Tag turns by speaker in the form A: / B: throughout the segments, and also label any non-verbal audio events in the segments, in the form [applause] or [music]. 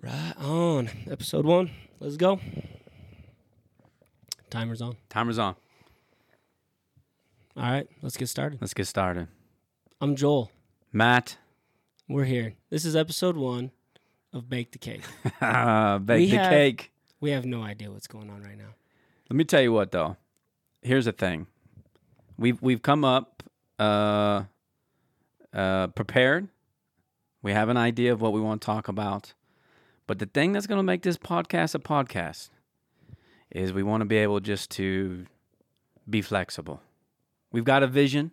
A: Right on. Episode one. Let's go. Timer's on.
B: Timer's on.
A: All right, let's get started.
B: Let's get started.
A: I'm Joel.
B: Matt, [laughs]
A: We're here. This is episode one of Bake the Cake.
B: bake uh, the
A: have-
B: cake.
A: We have no idea what's going on right now.
B: Let me tell you what though. Here's the thing. We've we've come up uh uh prepared. We have an idea of what we want to talk about. But the thing that's gonna make this podcast a podcast is we want to be able just to be flexible. We've got a vision,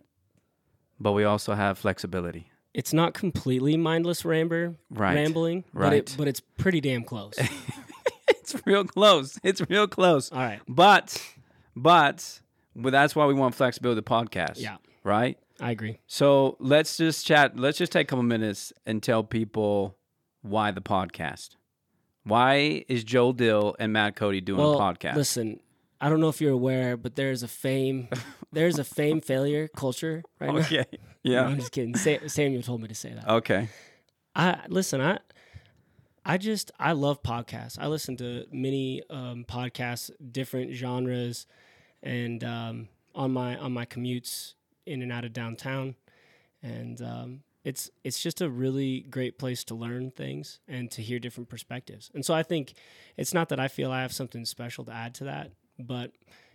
B: but we also have flexibility.
A: It's not completely mindless ramber,
B: Right.
A: rambling, but, it,
B: Right.
A: but it's pretty damn close.
B: [laughs] It's real close. It's real close.
A: All right,
B: But, but, but that's why we want flexibility podcast.
A: Yeah.
B: Right.
A: I agree.
B: So let's just chat. Let's just take a couple minutes and tell people why the podcast. Why is Joe Dill and Matt Cody doing
A: Well,
B: a podcast?
A: listen, I don't know if you're aware, but there's a fame, there's a fame failure culture right now.
B: [laughs] okay.
A: No,
B: Oh, Yeah.
A: [laughs] I'm just kidding. Sa- Samuel told me to say that.
B: Okay.
A: I listen. I I just I love podcasts. I listen to many um, podcasts, different genres, and um, on my on my commutes in and out of downtown, and um, it's it's just a really great place to learn things and to hear different perspectives. And so I think it's not that I feel I have something special to add to that, but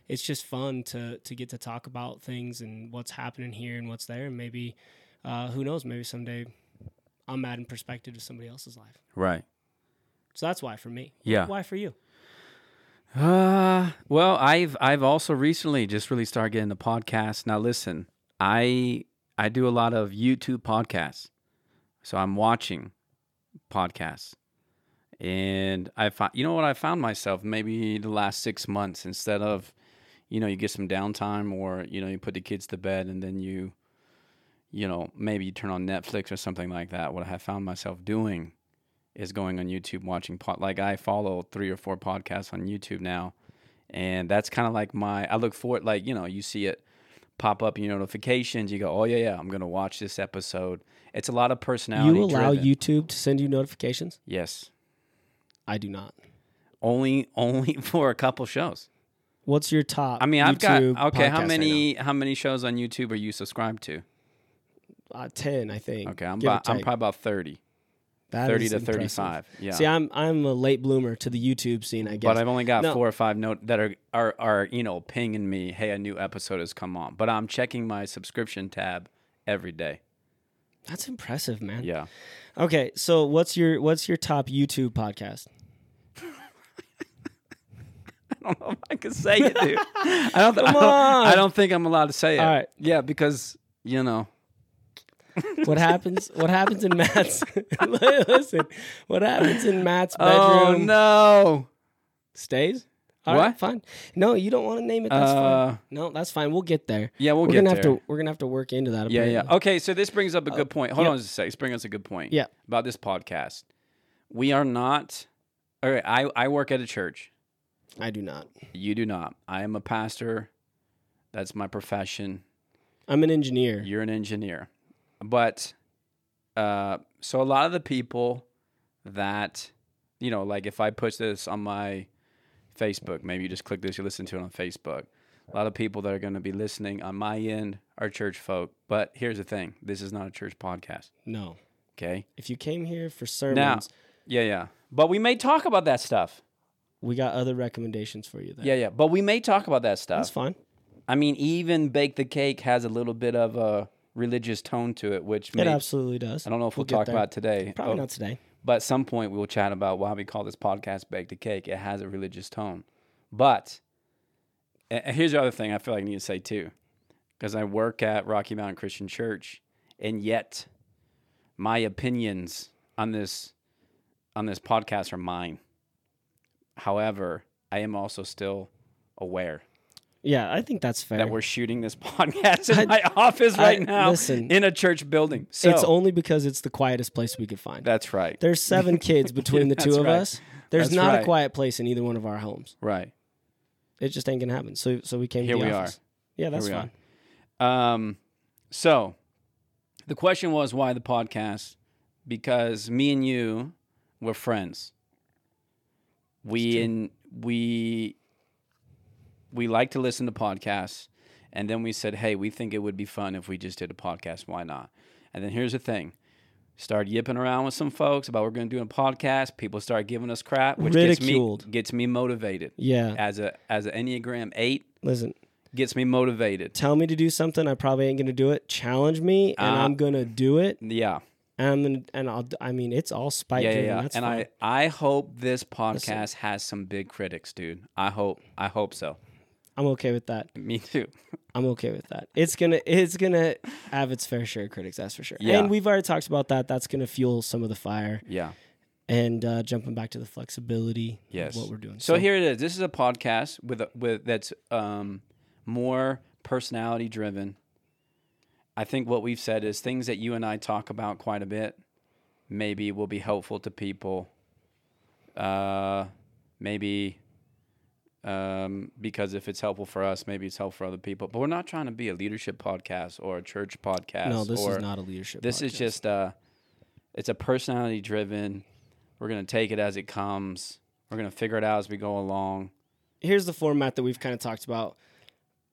A: it's just fun to to get to talk about things and what's happening here and what's there, and maybe uh, who knows, maybe someday I'm adding perspective to somebody else's life.
B: Right.
A: So that's why for me.
B: Yeah.
A: Why for you?
B: Uh, well, I've I've also recently just really started getting the podcast. Now listen, I I do a lot of YouTube podcasts. So I'm watching podcasts. And I found you know what I found myself maybe the last 6 months instead of you know, you get some downtime or you know, you put the kids to bed and then you you know, maybe you turn on Netflix or something like that. What I have found myself doing is going on YouTube watching pod. Like I follow three or four podcasts on YouTube now, and that's kind of like my. I look forward, like you know, you see it pop up in your notifications. You go, oh yeah, yeah, I'm gonna watch this episode. It's a lot of personality.
A: you allow
B: driven.
A: YouTube to send you notifications?
B: Yes,
A: I do not.
B: only [laughs] only for a couple shows.
A: What's your top?
B: I mean, I've
A: YouTube
B: got okay.
A: podcast
B: How
A: right
B: many how many shows on YouTube are you subscribed to?
A: now? uh, Ten, I think.
B: Okay, I'm
A: give or
B: about, I'm
A: take.
B: probably about thirty.
A: That
B: 30
A: is
B: to
A: impressive.
B: 35. Yeah.
A: See, I'm I'm a late bloomer to the YouTube scene, I guess.
B: But I've only got
A: No.
B: four or five note that are, are are you know pinging me, hey, a new episode has come on. But I'm checking my subscription tab every day.
A: that's impressive, man.
B: Yeah, [laughs]
A: Okay, so what's your what's your top YouTube podcast?
B: I don't know if I can say it,
A: [laughs]
B: dude. I don't. I, don't
A: on.
B: I don't think I'm allowed to say it.
A: All right.
B: Yeah, because you know.
A: What happens? what happens in Matt's? [laughs] Listen, what happens in Matt's bedroom?
B: Oh no.
A: Stays. All right,
B: What?
A: fine. No, you don't want to name it. That's
B: Uh,
A: fine. No, that's fine. We'll get there.
B: Yeah, we'll
A: we're
B: get
A: gonna
B: there.
A: have to. We're gonna have to work into that.
B: Yeah, yeah.
A: apparently.
B: Okay, so this brings up a good point. Hold on just a sec. This brings us a good point.
A: Yeah.
B: About this podcast, we are not. All right, I I work at a church.
A: I do not.
B: You do not. I am a pastor. That's my profession.
A: I'm an engineer.
B: You're an engineer. But uh, so a lot of the people that, you know, like if I push this on my Facebook, maybe you just click this, you listen to it on Facebook. A lot of people that are going to be listening on my end are church folk. But here's the thing this is not a church podcast.
A: no.
B: Okay.
A: If you came here for
B: Now,
A: sermons,
B: yeah, yeah. But we may talk about that stuff.
A: we got other recommendations for you. There.
B: Yeah, yeah. But we may talk about that
A: That's
B: stuff.
A: fine.
B: I mean, even Bake the Cake has a little bit of a religious tone to it, which
A: It
B: may-
A: absolutely does.
B: I don't know if we'll,
A: get
B: talk
A: there.
B: about today.
A: Probably
B: Oh,
A: not today.
B: But at some point, we'll chat about why we call this podcast Baked a Cake. It has a religious tone. But and and here's the other thing I feel like I need to say too, because I work at Rocky Mountain Christian Church, and yet my opinions on this on this podcast are mine. However, I am also still aware
A: Yeah, I think that's fair.
B: that we're shooting this [laughs] podcast in
A: I-
B: my office right
A: I-
B: now
A: listen.
B: in a church building. So
A: it's only because it's the quietest place we could find.
B: that's right.
A: There's
B: [laughs]
A: seven kids between the two
B: That's
A: of
B: right.
A: us. There's
B: That's
A: not a
B: right.
A: quiet place in either one of our homes.
B: Right.
A: It just ain't gonna happen. So, so we came
B: Here
A: to the
B: we are.
A: office. Yeah, that's
B: we are.
A: fine.
B: Um, so the question was why the podcast? Because me and you were friends. we in we we like to listen to podcasts and then we said hey we think it would be fun if we just did a podcast why not and then here's the thing start yipping around with some folks about we're going to do a podcast people start giving us crap which gets me
A: Ridiculed.
B: gets me motivated
A: Yeah.
B: as a as an enneagram 8
A: Listen,
B: gets me motivated
A: tell me to do something. I probably ain't gonna do it. Challenge me, and
B: Uh,
A: I'm gonna do it.
B: yeah
A: And I'm gonna, and I'll. I mean, it's all spite
B: yeah, yeah,
A: driven.
B: yeah.
A: That's
B: and
A: fine.
B: I, I hope this podcast has some big critics, dude. I hope, I hope so.
A: I'm okay with that.
B: Me too.
A: I'm okay with that. It's gonna it's gonna have its fair share of critics, that's for sure.
B: Yeah.
A: And we've already talked about that. That's gonna fuel some of the fire
B: Yeah.
A: and uh, jumping back to the flexibility
B: Yes.
A: of what we're doing.
B: So, here it is. This is a podcast with a- with that's um, more personality driven. I think what we've said is things that you and I talk about quite a bit. Maybe will be helpful to people. Uh, maybe um, because if it's helpful for us, maybe it's helpful for other people. But we're not trying to be a leadership podcast or a church podcast.
A: no, this
B: or,
A: is not a leadership.
B: This is
A: podcast.
B: just uh it's a personality driven. We're gonna take it as it comes. We're gonna figure it out as we go along.
A: here's the format that we've kind of talked about.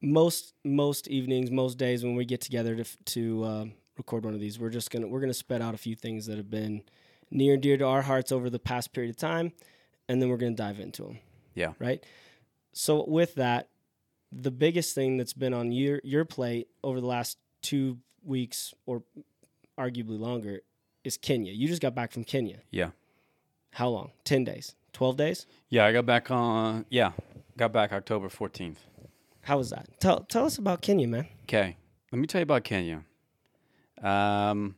A: Most most evenings, most days when we get together to f- to um, record one of these, we're just gonna we're gonna spit out a few things that have been near and dear to our hearts over the past period of time, and then we're gonna dive into them.
B: Yeah.
A: Right. So with that, the biggest thing that's been on your your plate over the last two weeks, or arguably longer, is Kenya. You just got back from Kenya.
B: Yeah.
A: How long? Ten days? Twelve days?
B: Yeah, I got back on yeah. Got back October fourteenth.
A: How was that? Tell tell us about Kenya, man.
B: Okay. Let me tell you about Kenya. Um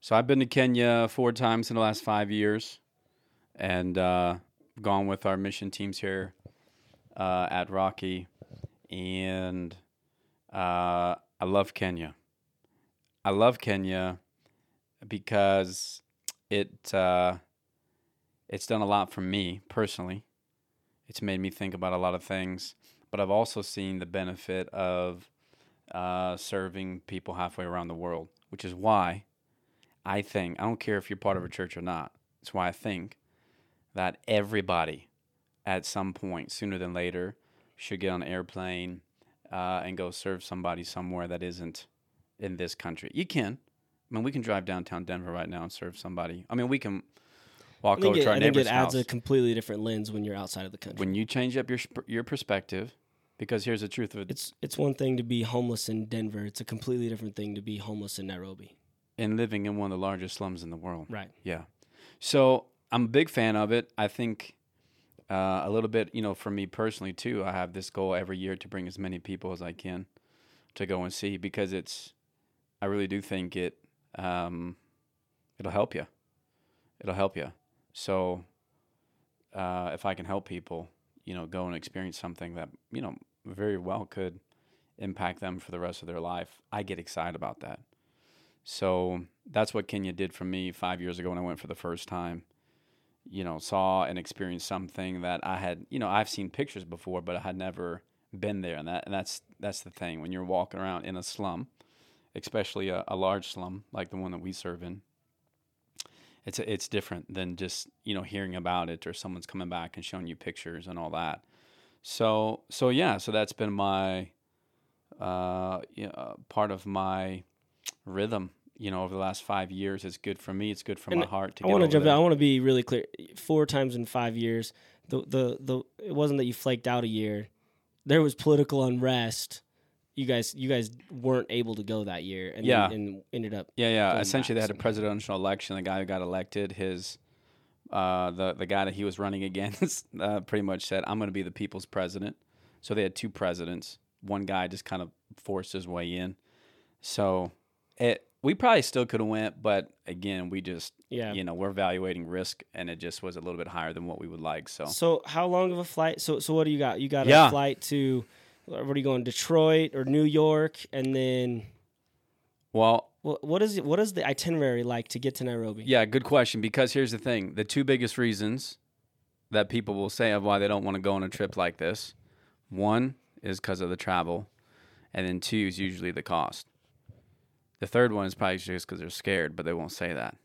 B: so I've been to Kenya four times in the last five years and uh gone with our mission teams here uh at Rocky and uh I love Kenya. I love Kenya because it uh, it's done a lot for me personally. It's made me think about a lot of things, but I've also seen the benefit of uh, serving people halfway around the world, which is why I think I don't care if you're part of a church or not. It's why I think that everybody at some point sooner than later should get on an airplane uh, and go serve somebody somewhere that isn't in this country. You can. I mean, we can drive downtown Denver right now and serve somebody. I mean, we can walk
A: I think,
B: over
A: it,
B: to our
A: I think
B: neighbor's
A: it adds
B: house.
A: a completely different lens when you're outside of the country.
B: when you change up your sp- your perspective, because here's the truth of it:
A: it's it's one thing to be homeless in Denver. It's a completely different thing to be homeless in Nairobi.
B: in living in one of the largest slums in the world.
A: Right.
B: Yeah. So I'm a big fan of it. I think uh, a little bit, you know, for me personally too, I have this goal every year to bring as many people as I can to go and see because it's, I really do think it, um, it'll help you. It'll help you. So uh, if I can help people, you know, go and experience something that, you know, very well could impact them for the rest of their life, I get excited about that. So that's what Kenya did for me five years ago when I went for the first time. You know, saw and experienced something that I had. You know, I've seen pictures before, but I had never been there, and that and that's that's the thing when you're walking around in a slum, especially a, a large slum like the one that we serve in. It's a, it's different than just you know hearing about it or someone's coming back and showing you pictures and all that. So so yeah, so that's been my uh, you know, part of my rhythm, you know, over the last five years. It's good for me. It's good for
A: And
B: my heart. To
A: I
B: get
A: want to
B: over
A: jump.
B: that.
A: in. I want to be really clear. Four times in five years, the the the it wasn't that you flaked out a year. There was political unrest. You guys, you guys weren't able to go that year, and
B: Yeah.
A: then, and ended up.
B: Yeah, yeah.
A: going
B: Essentially, they
A: back
B: had a presidential election. The guy who got elected, his uh, the the guy that he was running [laughs] against, uh, pretty much said, "I'm going to be the people's president." So they had two presidents. One guy just kind of forced his way in. So it we probably still could have went, but again, we just
A: Yeah.
B: you know we're evaluating risk, and it just was a little bit higher than what we would like. So
A: So how long of a flight? So so what do you got? You got
B: Yeah.
A: a flight to. What are you going? Detroit or New York, and then
B: well,
A: Well, what is it, what is the itinerary like to get to Nairobi?
B: Yeah, good question. Because here's the thing: the two biggest reasons that people will say of why they don't want to go on a trip like this, one is because of the travel, and then two is usually the cost. The third one is probably just because they're scared, but they won't say that.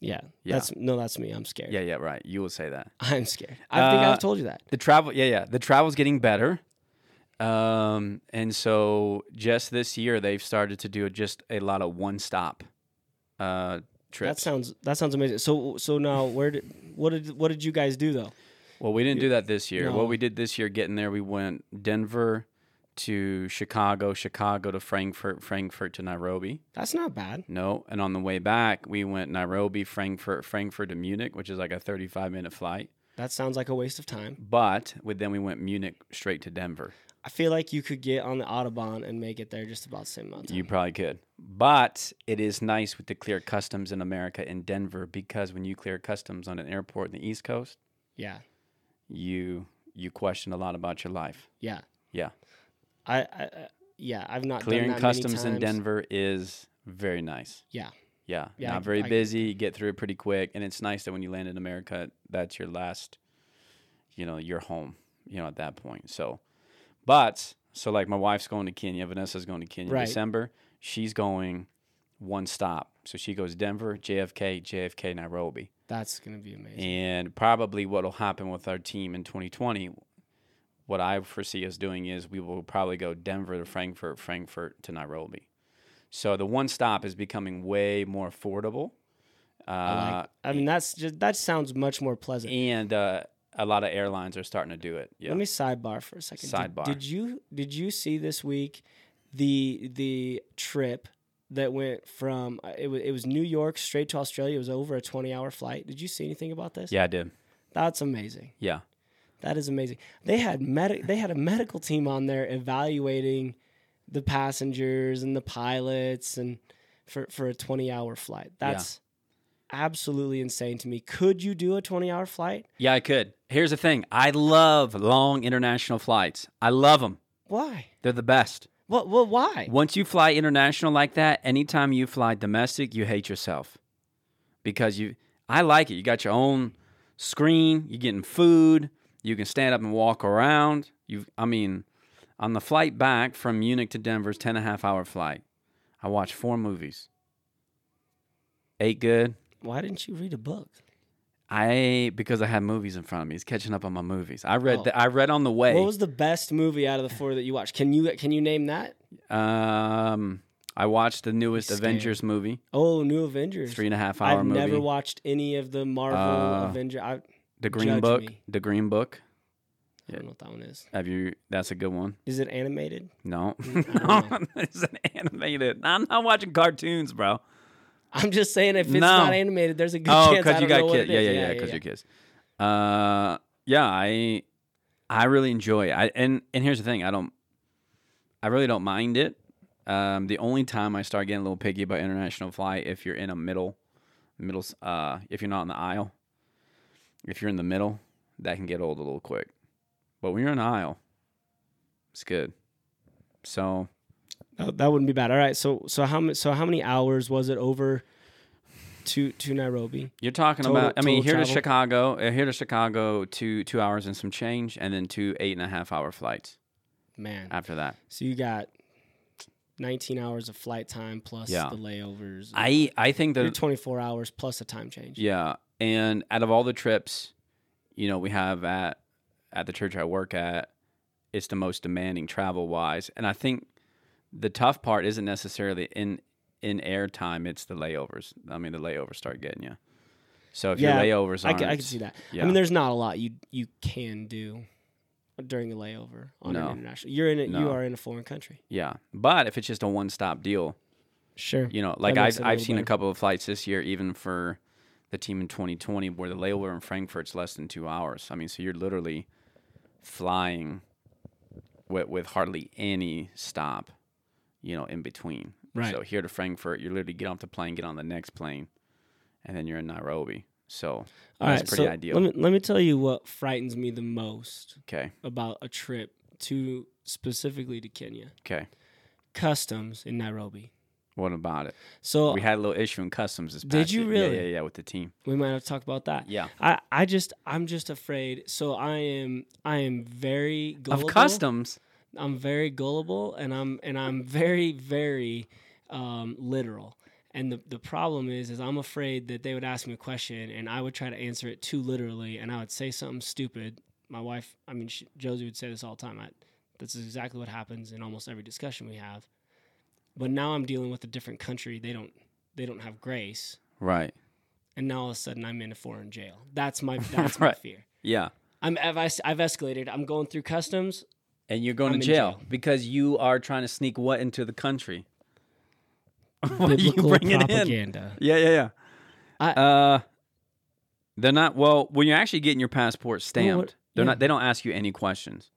A: Yeah,
B: Yeah.
A: that's no, that's me. I'm scared.
B: Yeah, yeah, right. You will say that.
A: [laughs] I'm scared. I think
B: Uh,
A: I've told you that.
B: The travel, yeah, yeah. The travel's getting better. Um, and so just this year, they've started to do just a lot of one stop uh,
A: That
B: trips.
A: sounds that sounds amazing. So so now where did what did what did you guys do though?
B: well, we didn't do that this year.
A: No.
B: What we did this year, getting there, we went Denver to Chicago, Chicago to Frankfurt, Frankfurt to Nairobi.
A: That's not bad.
B: No. And on the way back, we went Nairobi, Frankfurt, Frankfurt to Munich, which is like a 35 minute flight.
A: That sounds like a waste of time.
B: But with, then we went Munich straight to Denver.
A: I feel like you could get on the autobahn and make it there just about the same amount. of
B: You
A: time.
B: probably could. But it is nice with the clear customs in America in Denver because when you clear customs on an airport in the East Coast,
A: yeah,
B: you you question a lot about your life.
A: yeah,
B: Yeah.
A: I, I I- yeah, I've not
B: Clearing
A: done that many
B: customs in
A: times.
B: Denver is very nice.
A: Yeah,
B: Yeah.
A: Yeah, I-
B: Not very
A: I get
B: busy, you get through it pretty quick. And it's nice that when you land in America, that's your last you know, your home, you know, at that point. So but so like my wife's going to Kenya, Vanessa's going to Kenya in
A: Right.
B: December. She's going one stop. So she goes Denver, JFK, JFK, Nairobi.
A: that's gonna be amazing.
B: And probably what'll happen with our team in 2020, what I foresee us doing is we will probably go Denver to Frankfurt, Frankfurt to Nairobi. So the one stop is becoming way more affordable. Uh,
A: I, like, I mean, that's just that sounds much more pleasant.
B: and uh, a lot of airlines are starting to do it. Yeah.
A: Let me sidebar for a second. Did-
B: Sidebar.
A: Did, you did you see this week the the trip that went from uh, it was it was New York straight to Australia? It was over a twenty hour flight. Did you see anything about this?
B: yeah, I did.
A: that's amazing.
B: Yeah.
A: That is amazing. They had medic. They had a medical team on there evaluating the passengers and the pilots and for for a twenty hour flight. That's absolutely insane to me. Could you do a twenty hour flight?
B: Yeah, I could. Here's the thing I love long international flights, I love them.
A: Why?
B: They're the best.
A: What? Well, why?
B: Once you fly international like that, anytime you fly domestic, you hate yourself because you. I like it. You got your own screen. You're getting food. You can stand up and walk around. You, I mean, on the flight back from Munich to Denver's 10 and a half hour flight, I watched four movies. Ate good.
A: Why didn't you read a book?
B: I ate because I had movies in front of me. It's catching up on my movies. I read.
A: Oh.
B: The, I read on the way.
A: What was the best movie out of the four that you watched? Can you can you name that?
B: um, I watched the newest
A: Scared.
B: Avengers movie,
A: Oh, New Avengers.
B: three and a half hour
A: I've
B: movie.
A: never watched any of the Marvel
B: Uh,
A: Avenger. I, I
B: The Green
A: Judge
B: Book.
A: me.
B: The Green Book.
A: don't know what that one is.
B: Have you? That's a good one.
A: Is it animated? [laughs]
B: No,
A: Mm,
B: [laughs] no, it's an animated. I'm not watching cartoons, bro.
A: I'm just saying if it's
B: No.
A: not animated, there's a good
B: Oh,
A: chance. I
B: because you
A: don't know
B: got
A: what
B: kids.
A: it
B: Yeah,
A: is.
B: yeah, yeah. Because you kids. Uh, yeah. I, I really enjoy it. I and and here's the thing. I don't. I really don't mind it. Um, the only time I start getting a little picky about international flight if you're in a middle, middle. s- Uh, if you're not in the aisle, if you're in the middle, that can get old a little quick. But when you're in the aisle, it's good. So
A: Oh, that wouldn't be bad. All right. So so how many so how many hours was it over to to Nairobi?
B: You're talking
A: Total-
B: about. I mean,
A: total
B: here to
A: travel?
B: Chicago, uh, here to Chicago, two two hours and some change, and then two eight and a half hour flights
A: Man.
B: after that.
A: So you got 19 hours of flight time plus
B: Yeah.
A: the layovers.
B: I I think
A: You're
B: that
A: 24 hours plus a time change.
B: yeah, and out of all the trips, you know, we have at at the church I work at, it's the most demanding travel wise, and I think the tough part isn't necessarily in in air time; it's the layovers. I mean, the layovers start getting you. So if
A: Yeah,
B: your layovers
A: I
B: aren't,
A: can, I can see that.
B: yeah.
A: I mean, there's not a lot you you can do during a layover on
B: No.
A: an international. You're in a, you
B: No.
A: are in a foreign country.
B: yeah, but if it's just a one stop deal,
A: Sure.
B: you know, like
A: makes it
B: I've
A: a
B: I've
A: little
B: seen a
A: better.
B: couple of flights this year, even for the team in 2020, where the layover in Frankfurt's less than two hours. I mean, so you're literally flying with with hardly any stop, you know, in between.
A: Right.
B: So here to Frankfurt, you literally get off the plane, get on the next plane, and then you're in Nairobi. So
A: All
B: that's
A: right,
B: pretty
A: so
B: ideal.
A: Let me let me tell you what frightens me the most
B: okay.
A: about a trip to specifically to Kenya.
B: Okay.
A: Customs in Nairobi.
B: What about it?
A: So
B: we had a little issue in customs this past
A: Did you
B: year.
A: really?
B: Yeah, yeah, yeah, with the team.
A: we might have to talk about that.
B: Yeah.
A: I, I just I'm just afraid. So I am I am very gullible.
B: Of customs.
A: I'm very gullible and I'm and I'm very very um, literal. And the, the problem is, is I'm afraid that they would ask me a question and I would try to answer it too literally and I would say something stupid. My wife, I mean, she, Josie would say this all the time. I, this is exactly what happens in almost every discussion we have. But now I'm dealing with a different country. They don't, they don't have grace.
B: Right.
A: And now all of a sudden I'm in a foreign jail. That's
B: [laughs]
A: my, that's my
B: Right.
A: fear.
B: Yeah.
A: I'm, I've, I've escalated. I'm going through customs.
B: And you're going
A: I'm in
B: to jail,
A: jail.
B: because you are trying to sneak what into the country? [laughs] what are [laughs] you
A: Biblical
B: bringing in?
A: propaganda.
B: Yeah, yeah, yeah.
A: I-
B: uh, they're not. Well, when you're actually getting your passport stamped,
A: what-
B: they're
A: yeah.
B: not. They don't ask you any questions.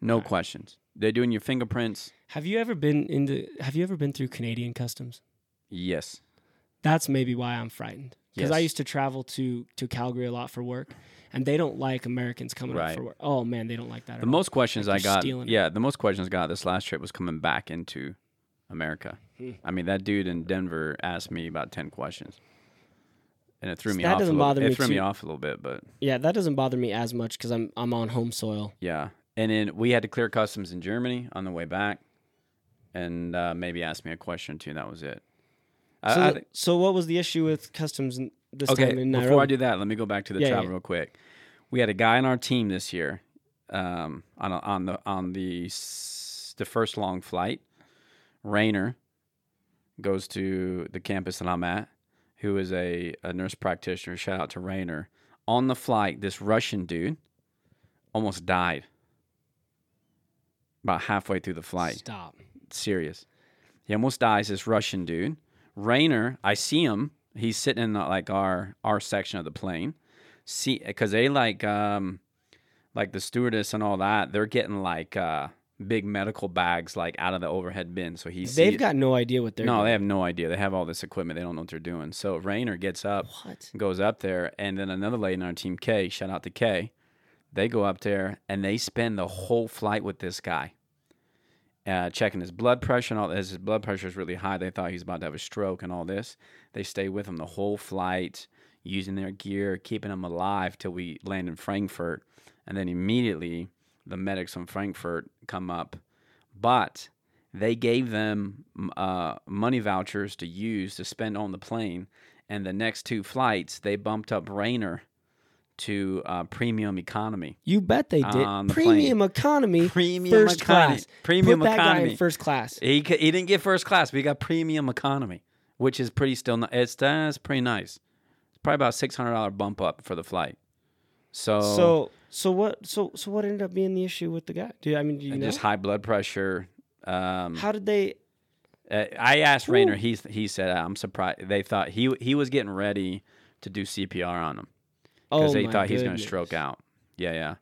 B: No questions. They're doing your fingerprints.
A: Have you ever been into? Have you ever been through Canadian customs?
B: Yes.
A: That's maybe why I'm frightened because I
B: Yes.
A: used to travel to to Calgary a lot for work, and they don't like Americans coming up
B: Right.
A: for work. Oh man, they don't like that.
B: The
A: at all.
B: most questions
A: Like
B: I
A: they're
B: got.
A: stealing it.
B: Yeah, the most questions I got this last trip was coming back into America.
A: Hmm.
B: I mean, that dude in Denver asked me about ten questions, and it threw
A: So
B: me
A: that
B: off. a
A: doesn't
B: little,
A: bother
B: it
A: me
B: threw me
A: too.
B: off a little bit, but
A: Yeah, that doesn't bother me as much because I'm I'm on home soil.
B: Yeah, and then we had to clear customs in Germany on the way back, and uh, maybe asked me a question too. And that was it. I-
A: So,
B: I
A: th-
B: think-
A: so what was the issue with customs in, this time
B: okay,
A: in Nairobi?
B: before I do that, let me go back to the
A: Yeah, yeah,
B: travel
A: yeah.
B: real quick. We had a guy on our team this year, um, on a, on the on the s- the first long flight. Rayner goes to the campus that I'm at, who is a, a nurse practitioner. Shout out to Rayner. On the flight, this Russian dude almost died about halfway through the flight
A: Stop.
B: serious. He almost dies. This Russian dude, Rayner. I see him. He's sitting in like our our section of the plane. See, because they like um, like the stewardess and all that. They're getting like uh big medical bags like out of the overhead bin. So he's
A: They've got no idea what they're
B: no. They
A: doing.
B: have no idea. They have all this equipment. They don't know what they're doing. So Rayner gets up
A: What?
B: goes up there, and then another lady in our team, Kay, shout out to Kay, they go up there and they spend the whole flight with this guy, uh, checking his blood pressure and all this. His blood pressure is really high. They thought he was about to have a stroke and all this. They stay with him the whole flight, using their gear, keeping him alive till we land in Frankfurt, and then immediately the medics from Frankfurt come up, but. They gave them m- uh, money vouchers to use to spend on the plane, and the next two flights they bumped up Rainer to uh, premium economy.
A: You bet they did.
B: On the plane.
A: Premium economy.
B: Premium
A: first
B: economy.
A: class.
B: Premium
A: Put that guy
B: economy.
A: in first class.
B: He c- he didn't get first class, but he got premium economy, which is pretty still ni- it's that's pretty nice. It's probably about six hundred dollar bump up for the flight. So,
A: So so what so so what ended up being the issue with the guy? Dude, I mean, do you
B: and
A: know?
B: just high blood pressure. Um,
A: How did they?
B: Uh, I asked Rayner.
A: Ooh.
B: He he said I'm surprised. They thought he he was getting ready to do CPR on him
A: Oh,
B: because they
A: my
B: thought he was going
A: goodness.
B: to stroke out. Yeah, yeah.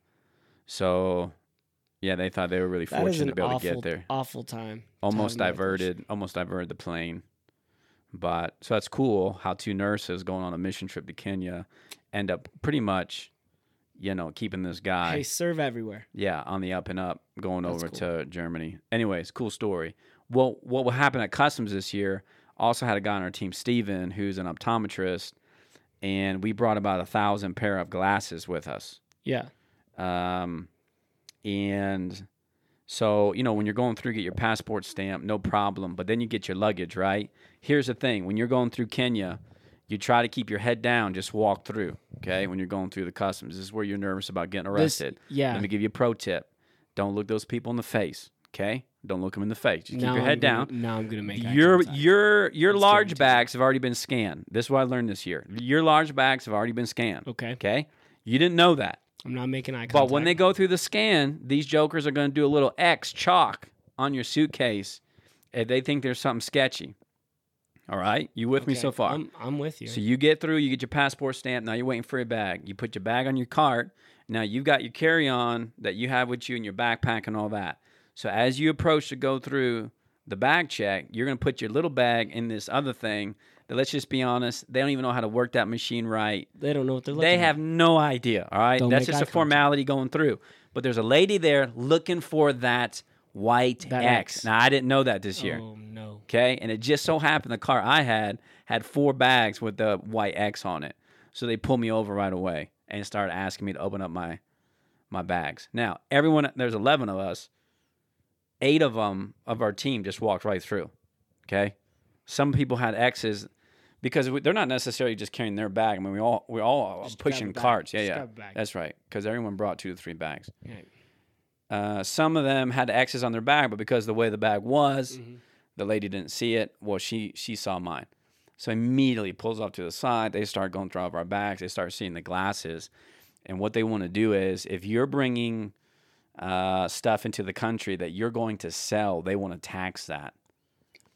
B: So, yeah, they thought they were really
A: That is
B: fortunate
A: an
B: to be able
A: awful,
B: to get there.
A: awful time. to
B: Almost
A: have an electrician.
B: diverted, almost diverted the plane. But so that's cool. How two nurses going on a mission trip to Kenya end up pretty much, you know, keeping this guy.
A: Hey, serve everywhere.
B: Yeah, on the up and up, going
A: That's
B: over
A: cool.
B: to Germany. Anyways, cool story. Well, what will happen at customs this year? Also had a guy on our team, Steven, who's an optometrist, and we brought about a thousand pair of glasses with us.
A: Yeah.
B: Um, and so you know when you're going through, get your passport stamp, no problem. But then you get your luggage, right? Here's the thing: when you're going through Kenya, you try to keep your head down, just walk through. Okay, when you're going through the customs, this is where you're nervous about getting
A: This-
B: arrested.
A: yeah.
B: Let me give you a pro tip. Don't look those people in the face. Okay? Don't look them in the face.
A: Now
B: Just keep your
A: I'm
B: head
A: gonna-
B: down.
A: Now I'm gonna make eye
B: Your
A: contact.
B: your your
A: I'm staring
B: large
A: at you.
B: bags have already been scanned. This is what I learned this year. Your large bags have already been scanned.
A: okay.
B: Okay? You didn't know that.
A: I'm not making eye contact.
B: But when they go through the scan, these jokers are going to do a little X chalk on your suitcase if they think there's something sketchy. All right? You with me
A: Okay,
B: so far?
A: I'm, I'm with you.
B: So you get through, you get your passport stamp. Now you're waiting for your bag. You put your bag on your cart. Now you've got your carry on that you have with you in your backpack and all that. So as you approach to go through the bag check, you're going to put your little bag in this other thing that, let's just be honest, they don't even know how to work that machine right.
A: they don't know what they're looking.
B: They
A: at.
B: have no idea. All right.
A: Don't
B: That's
A: make
B: just
A: eye
B: a
A: contact.
B: formality going through. But there's a lady there looking for that white
A: That
B: X.
A: X.
B: Now, I didn't know that this year.
A: Oh no.
B: Okay. And it just so happened the car I had had four bags with the white X on it. So they pulled me over right away and started asking me to open up my my bags. Now, everyone there's 11 of us. 8 of them of our team just walked right through. Okay? Some people had X's because we- they're not necessarily just carrying their bag. I mean, we all we all are
A: Just grab
B: pushing
A: a bag.
B: carts. Yeah,
A: Just
B: yeah,
A: grab a bag.
B: that's right. Because everyone brought two to three bags.
A: Right.
B: Uh, some of them had X's on their bag, but because of the way the bag was,
A: Mm-hmm.
B: the lady didn't see it. Well, she she saw mine, so immediately pulls off to the side. They start going through all of our bags. They start seeing the glasses, and what they want to do is if you're bringing uh, stuff into the country that you're going to sell, they want to tax that.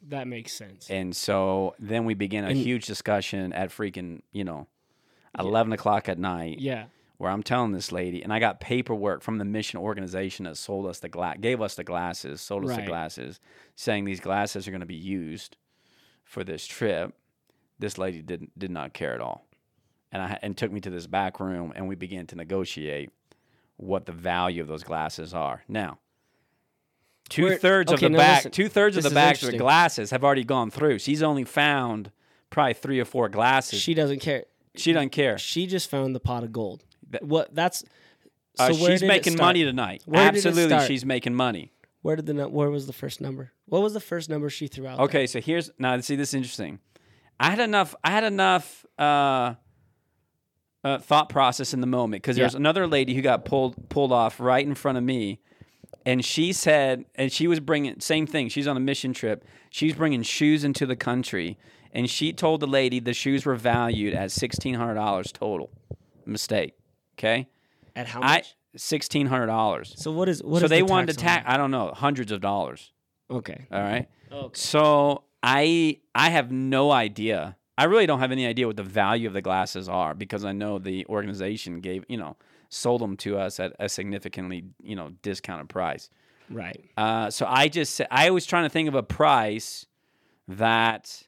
A: That makes sense.
B: And so then we begin a
A: And-
B: huge discussion at freaking you know, eleven o'clock at night
A: Yeah.
B: where I'm telling this lady, and I got paperwork from the mission organization that sold us the glass, gave us the glasses, sold us the
A: Right.
B: glasses, saying these glasses are going to be used for this trip. This lady did did not care at all, and I and took me to this back room, and we began to negotiate what the value of those glasses are. Now, two thirds
A: okay,
B: of
A: now
B: the back,
A: listen,
B: two thirds of
A: this
B: the
A: is
B: bags of the
A: interesting.
B: glasses have already gone through. She's only found probably three or four glasses. She,
A: She doesn't care.
B: doesn't care.
A: She just found the pot of gold.
B: That-
A: what? That's. So
B: Uh,
A: where
B: she's
A: did it
B: making
A: start?
B: money tonight.
A: Where did it
B: Absolutely,
A: start?
B: she's making money.
A: Where did the nu- where was the first number? What was the first number she threw out?
B: Okay, so here's now. See, this is interesting. I had enough. I had enough uh, uh, thought process in the moment because there's
A: Yeah.
B: another lady who got pulled pulled off right in front of me, and she said, and she was bringing same thing. She's on a mission trip. She's bringing shoes into the country, and she told the lady the shoes were valued at sixteen hundred dollars total. Mistake. Okay,
A: At how much?
B: I sixteen hundred dollars.
A: so what is what?
B: So
A: is
B: they
A: the
B: wanted to
A: tax on
B: tax. I don't know, hundreds of dollars.
A: that? Okay.
B: All right.
A: Oh, Okay.
B: So I I have no idea. I really don't have any idea what the value of the glasses are because I know the organization gave you know sold them to us at a significantly you know discounted price.
A: Right.
B: Uh, so I just sa- I was trying to think of a price that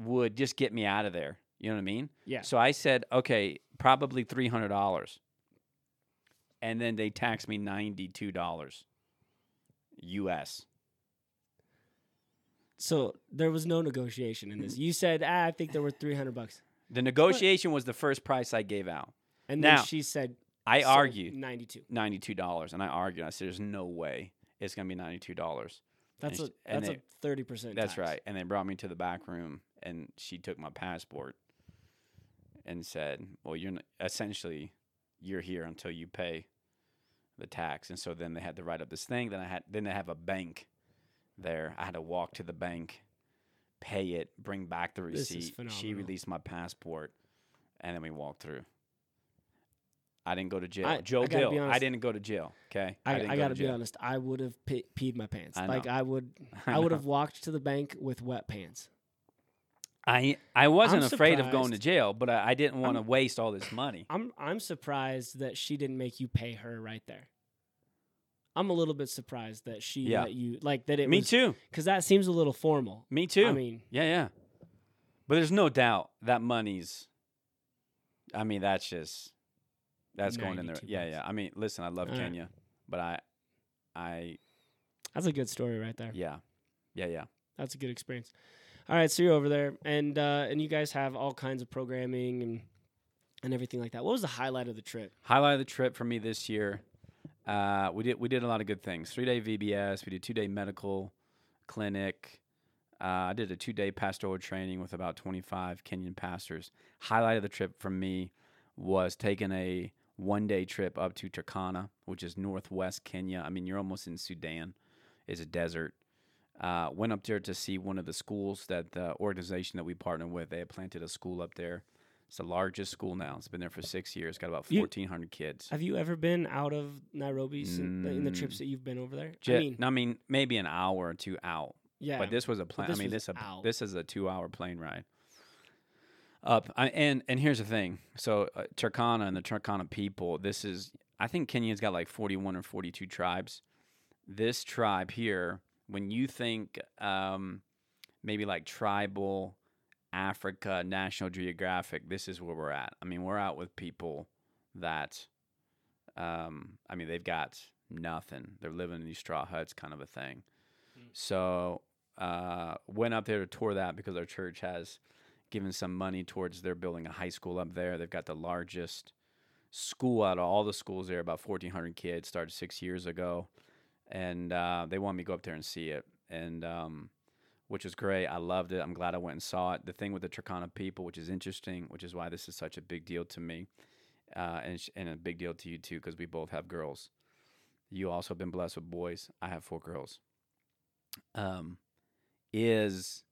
B: would just get me out of there. You know what I mean?
A: Yeah.
B: So I said, okay, probably three hundred dollars, and then they taxed me ninety two dollars U.S.
A: So there was no negotiation in this. You said ah, I think there were three hundred bucks,
B: The negotiation was the first price I gave out.
A: and then
B: Now,
A: she said
B: I argued
A: ninety two.
B: ninety two dollars, and I argued. I said, "There's no way it's gonna be ninety two dollars."
A: That's
B: And
A: a
B: sh- and
A: that's a thirty percent.
B: That's right. And they brought me to the back room, and she took my passport and said, "Well, you're n- essentially you're here until you pay the tax." And so then they had to write up this thing. Then I had then they have a bank there. I had to walk to the bank, pay it, bring back the
A: This is
B: receipt. She
A: phenomenal.
B: released my passport, and then we walked through. I didn't go to jail.
A: I-
B: Joe
A: I gotta be
B: Bill. I
A: honest.
B: didn't go to jail. Okay.
A: I,
B: didn't
A: I,
B: go
A: gotta
B: to
A: be
B: jail.
A: honest. I would have pe- peed my pants.
B: [laughs] I
A: like
B: know.
A: I would, I, would
B: know.
A: have walked to the bank with wet pants.
B: I I wasn't afraid of going to
A: surprised.
B: jail, but I, I didn't want to waste all this money.
A: I'm I'm surprised that she didn't make you pay her right there. I'm a little bit surprised that she
B: Yeah.
A: let you like that. It
B: Me too.
A: because that seems a little formal.
B: Me too.
A: I mean,
B: yeah, yeah. But there's no doubt that money's. I mean, that's just that's going in there.
A: 92
B: Yeah,
A: bucks.
B: yeah. I mean, listen, I love
A: All right.
B: Kenya, but I, I
A: that's a good story right there.
B: yeah, yeah, yeah.
A: That's a good experience. All right, so you're over there, and uh, and you guys have all kinds of programming and and everything like that. What was the highlight of the trip?
B: Highlight of the trip for me this year. Uh, we did we did a lot of good things. Three day VBS. We did two day medical clinic. Uh, I did a two day pastoral training with about twenty five Kenyan pastors. Highlight of the trip for me was taking a one day trip up to Turkana, which is northwest Kenya. I mean, you're almost in Sudan. It's a desert. Uh, went up there to see one of the schools that the organization that we partner with. They had planted a school up there. It's the largest school now. It's been there for six years. Got about
A: You-
B: 1,400 kids.
A: Have you ever been out of Nairobi sin- in the trips that you've been over there?
B: Ju-
A: I mean,
B: Mm. no, I mean, maybe an hour or two out.
A: yeah,
B: But this was a plane. I
A: this
B: mean,
A: was
B: this a,
A: out.
B: this is a two hour plane ride. Up I, and and here's the thing. So uh, Turkana and the Turkana people. This is I think Kenya's got like 41 or 42 tribes. This tribe here, when you think um, maybe like tribal Africa, National Geographic, this is where we're at. I mean, we're out with people that, um, I mean, they've got nothing. They're living in these straw huts, kind of a thing.
A: Hmm.
B: So uh, went up there to tour that because our church has given some money towards their building a high school up there. They've got the largest school out of all the schools there, about 1,400 kids, started six years ago. And uh, they wanted me to go up there and see it. And um, which is great. I loved it. I'm glad I went and saw it. The thing with the Turkana people, which is interesting, which is why this is such a big deal to me, uh, and sh- and a big deal to you too, because we both have girls. You also have been blessed with boys. I have four girls. Um, is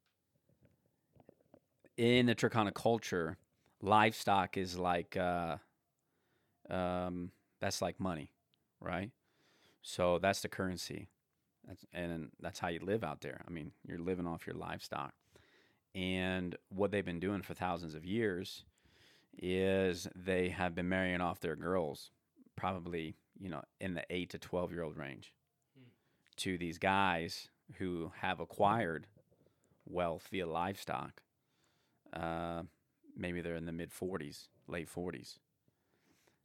B: in the Turkana culture, livestock is like uh, um, that's like money, right? So that's the currency. That's, and that's how you live out there. I mean, you're living off your livestock. And what they've been doing for thousands of years is they have been marrying off their girls, probably, you know, in the 8 to 12 year old range, to these guys who have acquired wealth via livestock. Uh, maybe they're in the mid 40s, late 40s.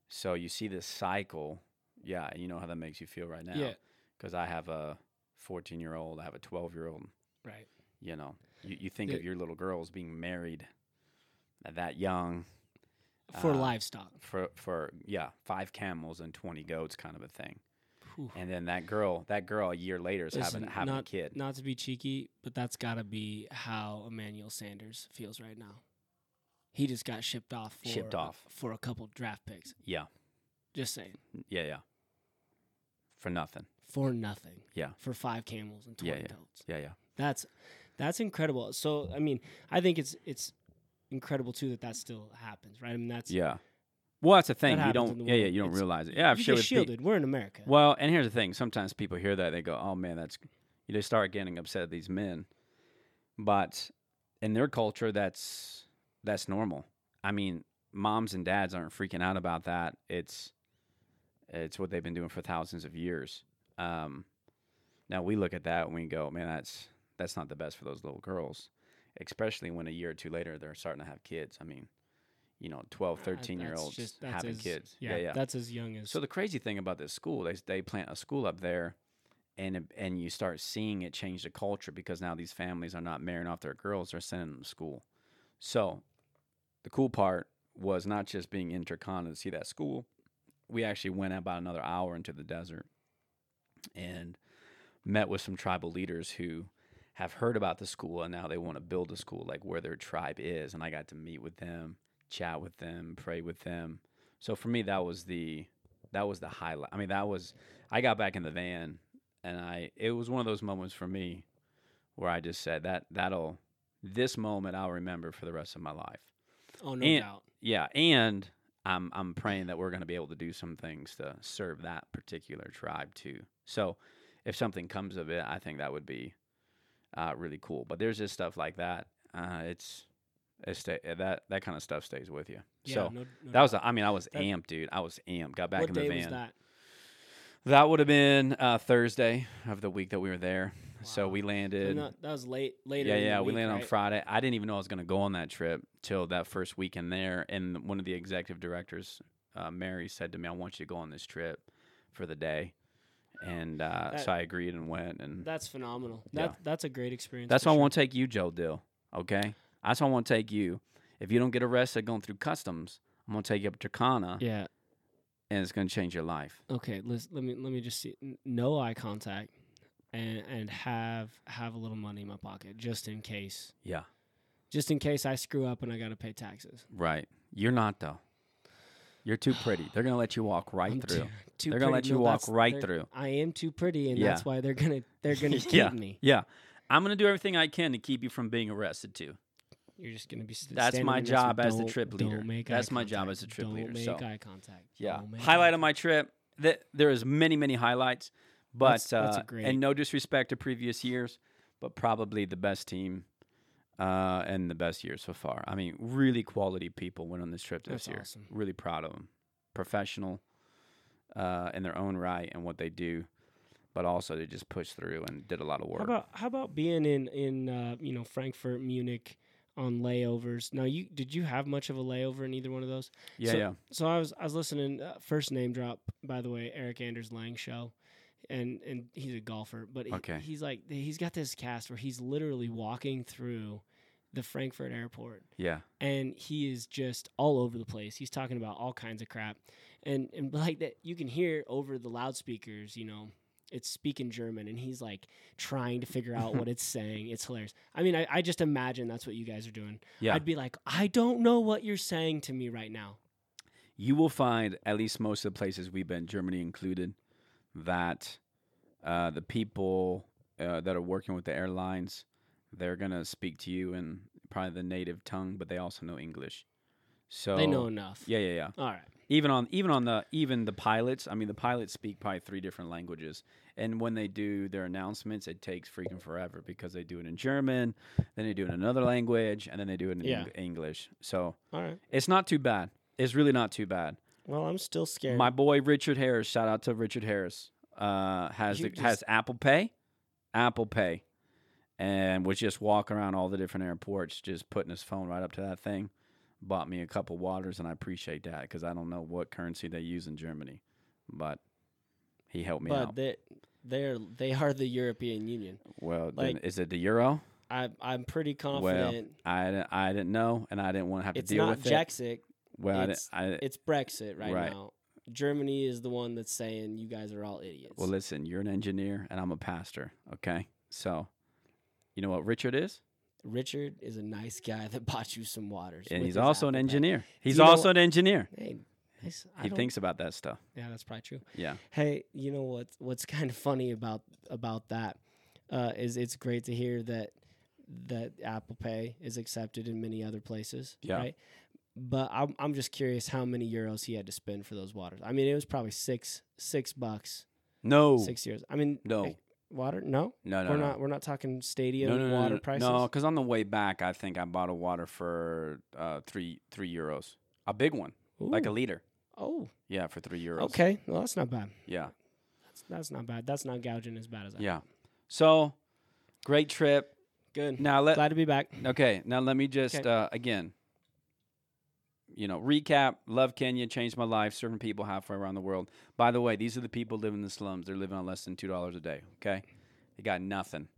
B: So you see this cycle. Yeah, you know how that makes you feel right now
A: Yeah.
B: because I have a 14 year old, I have a 12 year old.
A: Right.
B: You know, you, you think
A: Yeah.
B: of your little girls being married at that young
A: For
B: Uh,
A: livestock.
B: for for yeah five camels and 20 goats kind of a thing,
A: Whew.
B: and then that girl that girl a year later is having
A: Listen,
B: having
A: not,
B: a kid.
A: Not to be cheeky, but that's got to be how Emmanuel Sanders feels right now. He just got shipped off for
B: Shipped off.
A: for a couple draft picks.
B: Yeah,
A: Just saying,
B: yeah, yeah. For nothing.
A: for nothing.
B: Yeah.
A: For five camels and
B: Yeah,
A: twenty totes.
B: Yeah, yeah.
A: That's that's incredible. So I mean, I think it's it's incredible too that that still happens, right? I mean, that's
B: Yeah. Well, that's the thing. you
A: happens
B: don't.
A: in the
B: Yeah, yeah.
A: world.
B: You don't
A: It's-
B: realize it. Yeah, I've
A: you
B: shared
A: get
B: with pe-
A: shielded. We're in America.
B: Well, and here's the thing: sometimes people hear that they go, "Oh man, that's." They start getting upset at these men, but in their culture, that's that's normal. I mean, moms and dads aren't freaking out about that. It's it's what they've been doing for thousands of years. Um, now we look at that and we go, "Man, that's that's not the best for those little girls." Especially when a year or two later they're starting to have kids. I mean, you know, 12, 13 year
A: Uh, Ah, That's
B: olds
A: just- that's
B: having
A: as-
B: kids.
A: Yeah, That's as young as
B: So the crazy thing about this school, they they plant a school up there, and it- and you start seeing it change the culture because now these families are not marrying off their girls; they're sending them to school. So the cool part was not just being in Turkana to see that school. We actually went about another hour into the desert and met with some tribal leaders who have heard about the school and now they want to build a school like where their tribe is. And I got to meet with them, chat with them, pray with them. So for me, that was the that was the highlight. I mean, that was I got back in the van and I it was one of those moments for me where I just said that that'll this moment I'll remember for the rest of my life.
A: oh no
B: and-
A: doubt.
B: Yeah, and I'm I'm praying that we're going to be able to do some things to serve that particular tribe too. So, if something comes of it, I think that would be uh, really cool. But there's just stuff like that. Uh, it's it's sta- eh, that that kind of stuff stays with you.
A: Yeah,
B: so
A: no, no
B: that was a, I mean I was
A: That-
B: amped, dude. I was amped. Got back
A: what
B: in the
A: day
B: van.
A: was that?
B: That would have been uh, Thursday of the week that we were there. So
A: Wow. [sighs]
B: we
A: So
B: landed.
A: no, that was late later.
B: Yeah,
A: in the
B: yeah. we
A: week,
B: landed on
A: right?
B: Friday. I didn't even know I was going to go on that trip till that first weekend there. And one of the executive directors, uh, Mary, said to me, "I want you to go on this trip for the day." And uh,
A: That-
B: so I agreed and went. And
A: That's phenomenal.
B: Yeah.
A: That that's a great experience.
B: that's
A: for
B: why I
A: sure.
B: want to take you, Joe Dill. Okay, that's why I want to take you. If you don't get arrested going through customs, I'm going to take you up to Turkana,
A: Yeah.
B: and it's going to change your life.
A: Okay. Let's let me let me just see. N- No eye contact, and and have have a little money in my pocket just in case.
B: Yeah,
A: Just in case I screw up and I gotta pay taxes.
B: right. You're not though. You're too pretty. They're going to let you walk right
A: I'm
B: through.
A: too, [laughs] too
B: They're gonna
A: pretty.
B: let you
A: No,
B: walk
A: that's-
B: right
A: they're-
B: through.
A: I am too pretty, and
B: Yeah.
A: that's why they're gonna they're
B: [laughs]
A: gonna keep
B: yeah.
A: me.
B: Yeah. I'm going to do everything I can to keep you from being arrested, too.
A: You're just gonna be. St-
B: That's
A: standing there
B: my
A: next to
B: job
A: me.
B: as the
A: Don't-
B: trip leader.
A: Don't make
B: That's
A: eye
B: my job
A: contact.
B: as the trip
A: Don't
B: leader,
A: Make
B: so-
A: eye contact.
B: Yeah.
A: Don't make
B: Highlight
A: eye
B: of my trip. Th- there is many, many highlights, but
A: That's- that's a
B: uh,
A: great-
B: and no disrespect to previous years, but probably the best team uh, and the best year so far. I mean, really quality people went on this trip this
A: That's
B: year.
A: awesome.
B: Really proud of them. Professional uh, in their own right and what they do, but also they just pushed through and did a lot of work.
A: How about how about being in in uh, you know Frankfurt, Munich on layovers? Now you did you have much of a layover in either one of those?
B: yeah,
A: so,
B: yeah.
A: So I was I was listening uh, first name drop by the way Eric Anders Lang show, and and he's a golfer, but he-
B: Okay.
A: he's like he's got this cast where he's literally walking through the Frankfurt airport
B: Yeah.
A: and he is just all over the place. He's talking about all kinds of crap, and and like that you can hear over the loudspeakers, you know, it's speaking German, and he's like trying to figure out
B: [laughs]
A: what it's saying. It's hilarious. I mean, I, I just imagine that's what you guys are doing.
B: Yeah.
A: I'd be like, I don't know what you're saying to me right now.
B: you will find at least most of the places we've been, Germany included, that uh, the people uh, that are working with the airlines, they're gonna speak to you in probably the native tongue, but they also know English. So
A: They know enough.
B: Yeah, yeah, yeah.
A: All right.
B: Even on even on the even the pilots, I mean, the pilots speak probably three different languages, and when they do their announcements, it takes freaking forever because they do it in German, then they do it in another language, and then they do it in
A: Yeah.
B: Eng- English. So
A: All right.
B: it's not too bad. It's really not too bad.
A: Well, I'm still scared.
B: My boy Richard Harris, shout out to Richard Harris, uh, has
A: You
B: the,
A: just-
B: has Apple Pay, Apple Pay, and was just walking around all the different airports, just putting his phone right up to that thing. Bought me a couple waters, and I appreciate that because I don't know what currency they use in Germany, but he helped me
A: but
B: out.
A: they they're they are the European Union.
B: well, then,
A: like-
B: is it the euro?
A: I I'm pretty
B: Well,
A: confident
B: I didn't- I didn't know, and I didn't want to have
A: it's
B: to deal
A: not
B: with it.
A: Brexit.
B: Well, I
A: it's-
B: didn't, I,
A: It's Brexit right,
B: Right.
A: now. Germany is the one that's saying you guys are all idiots.
B: Well, listen, you're an engineer and I'm a pastor, okay? So, you know what Richard is?
A: Richard is a nice guy [laughs] that bought you some waters,
B: And
A: with
B: he's
A: his
B: also an
A: Apple Pay.
B: engineer. He's
A: you know
B: also
A: what-
B: an engineer.
A: Hey, nice. I
B: He
A: don't-
B: thinks about that stuff.
A: Yeah, that's probably true.
B: Yeah.
A: Hey, you know what? What's kind of funny about about that uh, is it's great to hear that that Apple Pay is accepted in many other places.
B: Yeah.
A: Right. But I'm I'm just curious how many euros he had to spend for those waters. I mean, it was probably six six bucks,
B: No.
A: six euros. I mean,
B: No.
A: eh, water. No,
B: no, no,
A: we're
B: no.
A: not we're not talking stadium
B: no, no, no,
A: water
B: no,
A: prices.
B: No, because on the way back, I think I bought a water for uh, three three euros, a big one, like a
A: Ooh.
B: liter.
A: oh,
B: Yeah, for three euros.
A: okay. Well, that's not bad.
B: Yeah,
A: That's, that's not bad. That's not gouging as bad as I.
B: yeah. So, great trip.
A: Good.
B: Now let
A: Glad to be back.
B: Okay, now let me just
A: Okay.
B: uh, again, you know, recap. Love Kenya, changed my life, serving people halfway around the world. By the way, these are the people living in the slums. They're living on less than two dollars a day. Okay, they got nothing.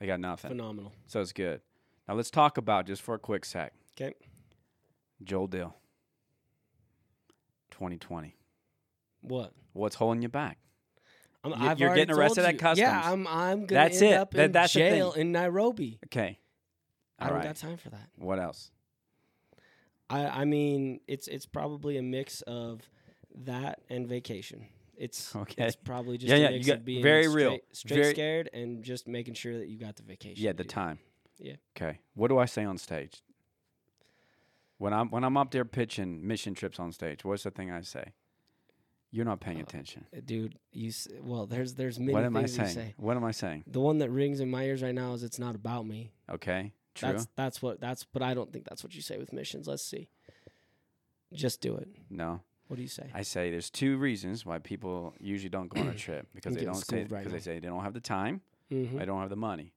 B: They got nothing.
A: Phenomenal.
B: So it's good. Now let's talk about just for a quick sec.
A: Okay.
B: Joel Dill, 2020.
A: What?
B: What's holding you back?
A: I'm,
B: You- you're
A: already
B: getting arrested
A: told
B: at
A: you.
B: customs.
A: Yeah, I'm. I'm gonna
B: That's
A: end
B: it.
A: up
B: That-
A: in
B: that's the
A: jail in Nairobi.
B: Okay.
A: I
B: All
A: don't
B: right.
A: got time for that.
B: What else?
A: I. I mean, it's it's probably a mix of that and vacation. It's
B: Okay.
A: It's probably just
B: Yeah,
A: a
B: yeah, you
A: mix
B: got-
A: of being
B: very
A: straight,
B: real.
A: straight
B: Very-
A: scared, and just making sure that you got the vacation.
B: Yeah,
A: to
B: the
A: do.
B: time.
A: Yeah.
B: Okay. What do I say on stage? When I'm when I'm up there pitching mission trips on stage, what's the thing I say? You're not paying
A: Uh,
B: attention.
A: dude. You s- well, there's there's many
B: What am I
A: things
B: saying?
A: you say.
B: What am I saying?
A: The one that rings in my ears right now is it's not about me.
B: Okay. True.
A: That's that's what that's. But I don't think that's what you say with missions. Let's see. Just do it.
B: no.
A: What do you say?
B: I say there's two reasons why people usually don't
A: [clears throat]
B: go on a trip because
A: I'm
B: they
A: getting
B: don't say
A: schooled right
B: because they
A: now.
B: say they don't have the time,
A: Mhm.
B: they don't have the money.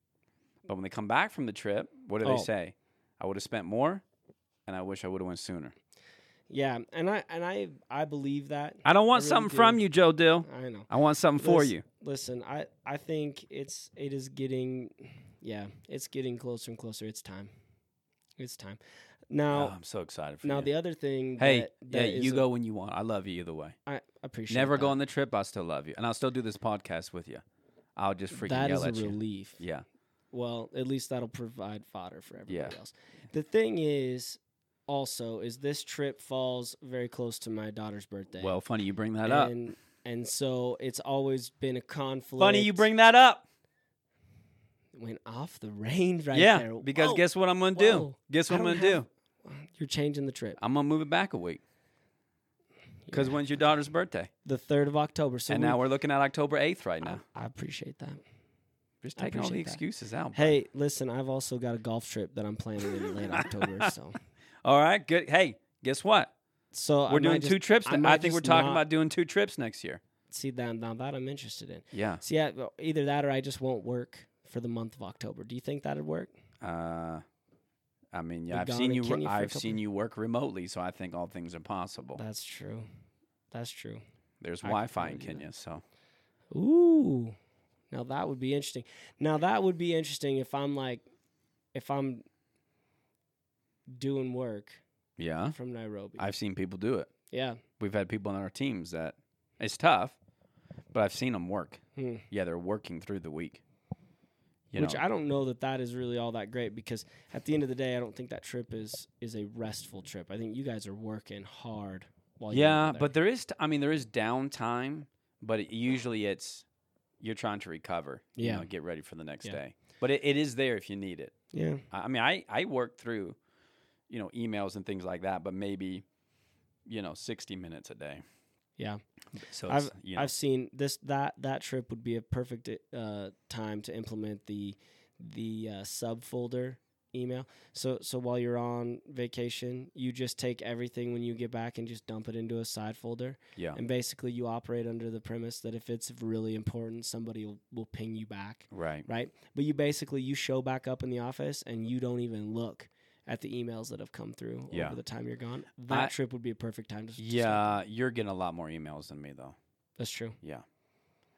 B: But when they come back from the trip, what do
A: Oh.
B: they say? I would have spent more and I wish I would have went sooner.
A: Yeah, and I and I I believe that.
B: I don't want
A: really
B: something
A: do.
B: from you, Joe Dill.
A: I know.
B: I want something for
A: Listen-
B: you.
A: Listen, I I think it's it is getting, yeah, it's getting closer and closer. It's time. It's time. Now
B: Oh, I'm so excited for
A: now
B: you.
A: the other thing.
B: Hey,
A: that, that
B: yeah,
A: is
B: you
A: a-
B: go when you want. I love you either way.
A: I appreciate.
B: Never
A: that.
B: go on the trip. I still love you, and I'll still do this podcast with you. I'll just freaking
A: That
B: yell
A: is a
B: at you.
A: relief.
B: Yeah,
A: Well, at least that'll provide fodder for everybody
B: Yeah.
A: else. The thing is, also, is this trip falls very close to my daughter's birthday.
B: Well, funny you bring that up.
A: and and so it's always been a conflict.
B: Funny you bring that up.
A: went off the range right
B: yeah,
A: there.
B: because
A: Whoa.
B: guess what I'm gonna do?
A: Whoa.
B: Guess what
A: I
B: I'm
A: don't
B: gonna
A: have-
B: do?
A: you're changing the trip.
B: I'm gonna move it back a week. Because
A: Yeah.
B: when's your daughter's birthday?
A: the third of October. So
B: and
A: we-
B: now we're looking at October 8th right
A: I,
B: now.
A: I appreciate that.
B: Just
A: I
B: taking all the
A: appreciate that.
B: excuses out. bro.
A: Hey, listen, I've also got a golf trip that I'm planning in
B: [laughs]
A: late October. So
B: All right, good. Hey, guess what?
A: so I
B: We're
A: might
B: doing
A: just-
B: two trips.
A: I
B: now. I
A: might
B: think we're
A: just
B: talking
A: not-
B: about doing two trips next year.
A: see that now that I'm interested in.
B: Yeah.
A: See, yeah, well, either that or I just won't work for the month of October. Do you think that'd work?
B: Uh, I mean,
A: We've
B: yeah, I've
A: gone
B: seen
A: to
B: you. wor-
A: Kenya for a
B: I've
A: couple-
B: seen you work remotely, so I think all things are possible.
A: That's true. That's true.
B: There's
A: I could
B: Wi-Fi in
A: probably do that.
B: Kenya, so
A: Ooh. Now that would be interesting. Now that would be interesting if I'm like if I'm doing work
B: yeah,
A: from Nairobi.
B: I've seen people do it.
A: yeah.
B: We've had people on our teams that it's tough, but I've seen them work.
A: Hmm.
B: Yeah, they're working through the week. You
A: Which
B: know,
A: I don't know that that is really all that great because at the end of the day, I don't think that trip is is a restful trip. I think you guys are working hard while you're
B: yeah,
A: out there.
B: but there is. t- I mean, there is downtime, but it, usually it's you're trying to recover. you
A: Yeah.
B: know, get ready for the next
A: Yeah.
B: day. But it, it is there if you need it.
A: yeah,
B: I I mean, I I work through, you know, emails and things like that, but maybe, you know, sixty minutes a day.
A: yeah.
B: So
A: I've
B: it's, you know,
A: I've seen this that that trip would be a perfect uh, time to implement the the uh, subfolder email. So so while you're on vacation, you just take everything when you get back and just dump it into a side folder.
B: yeah,
A: And basically, you operate under the premise that if it's really important, somebody will, will ping you back,
B: right.
A: right? But you basically you show back up in the office and you don't even look at the emails that have come through
B: Yeah.
A: over the time you're gone. That
B: I-
A: trip would be a perfect time to. to start.
B: Yeah, you're getting a lot more emails than me though.
A: that's true.
B: Yeah,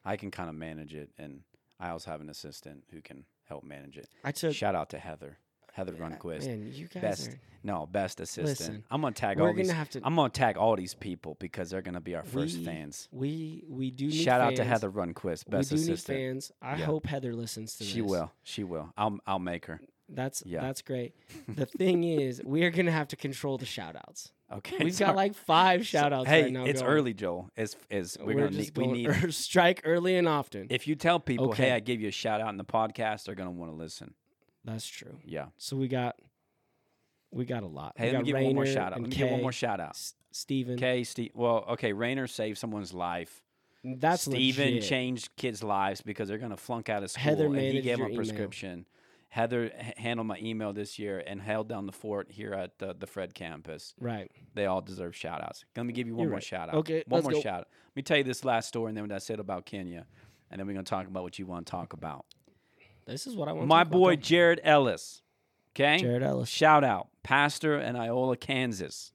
B: I can kind of manage it, and I also have an assistant who can help manage it.
A: I took
B: Shout out to Heather, Heather Runquist.
A: Man, you guys
B: best
A: are-
B: no best assistant.
A: Listen,
B: I'm gonna tag
A: we're
B: all these.
A: gonna have to-
B: I'm gonna tag all these people because they're gonna be our first
A: We-
B: fans.
A: we we do need
B: Shout out to
A: fans.
B: Heather Runquist,
A: We
B: best
A: do need
B: assistant.
A: fans. I
B: Yeah.
A: hope Heather listens to this.
B: She will. She will. I'll I'll make her. [laughs]
A: That's
B: Yeah.
A: that's
B: [laughs]
A: great. The thing is, we are gonna have to control the shout outs.
B: Okay.
A: We've
B: sorry.
A: got like five shout outs
B: Hey,
A: right now.
B: it's
A: going.
B: early, Joel. It's is we're,
A: We're,
B: gonna
A: just
B: need, we
A: [laughs] going
B: need.
A: strike early and often.
B: [laughs] If you tell people,
A: Okay.
B: hey, I gave you a shout out in the podcast, they're gonna want to listen.
A: that's true.
B: Yeah.
A: So we got we got a lot. we
B: Hey, let
A: got
B: me give one more
A: Rainer
B: shout out.
A: and
B: Let me give one
A: Kay,
B: more shout out.
A: S- Steven.
B: Okay, Steve. Well, okay, Rainer saved someone's life.
A: That's
B: Steven
A: legit.
B: changed kids' lives because they're going to flunk out of school.
A: Heather
B: and he
A: managed
B: gave
A: your
B: them a
A: email.
B: prescription. Heather h- handled my email this year and held down the fort here at the, the Fred campus.
A: Right.
B: They all deserve shout outs. Let me give you one
A: You're
B: more
A: right.
B: shout out.
A: Okay,
B: One
A: let's
B: more
A: go.
B: shout out. Let me tell you this last story and then what I said about Kenya. And then we're going to talk about what you want to talk about.
A: This is what I want.
B: My boy, Jared Ellis. Okay?
A: Jared Ellis.
B: Shout out, pastor in Iola, Kansas.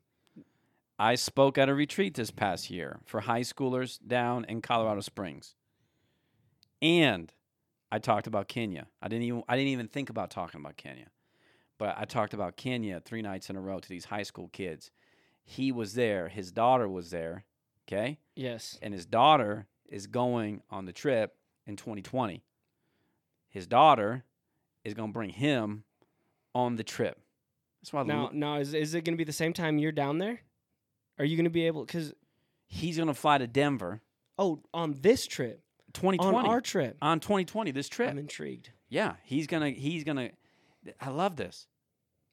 B: I spoke at a retreat this past year for high schoolers down in Colorado Springs. And I talked about Kenya. I didn't even I didn't even think about talking about Kenya. But I talked about Kenya three nights in a row to these high school kids. He was there, his daughter was there, okay?
A: Yes.
B: and his daughter is going on the trip in 2020. His daughter is going to bring him on the trip. That's why
A: Now,
B: Lu-
A: now is is it going to be the same time you're down there? Are you going to be able? Because
B: he's going to fly to Denver
A: oh, on this trip,
B: 2020
A: on our trip,
B: on 2020 this trip.
A: I'm intrigued.
B: yeah, he's going to he's going to I love this.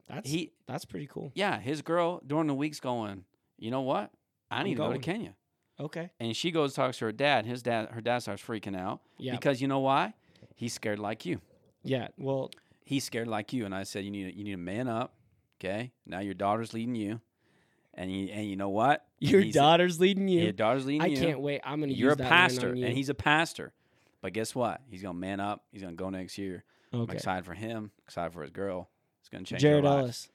A: That's
B: He
A: that's pretty cool.
B: yeah, his girl during the week's going, "You know what? I
A: I'm
B: need to go to
A: going."
B: Kenya."
A: Okay,
B: And she goes talks to her dad. His dad her dad starts freaking out
A: yeah,
B: because you know why? He's scared like you.
A: yeah. Well,
B: he's scared like you and i said you need to, you need to man up okay now your daughter's leading you and you and you know what
A: [laughs] your
B: He's-
A: daughter's leading you.
B: your daughter's leading
A: I
B: you
A: can't wait. I'm going to.
B: you're
A: use
B: a
A: that
B: pastor
A: line on you.
B: and he's a pastor but guess what he's gonna man up he's gonna go next year i'm
A: okay.
B: excited for him excited for his girl it's gonna change
A: Jared
B: their lives.
A: Ellis,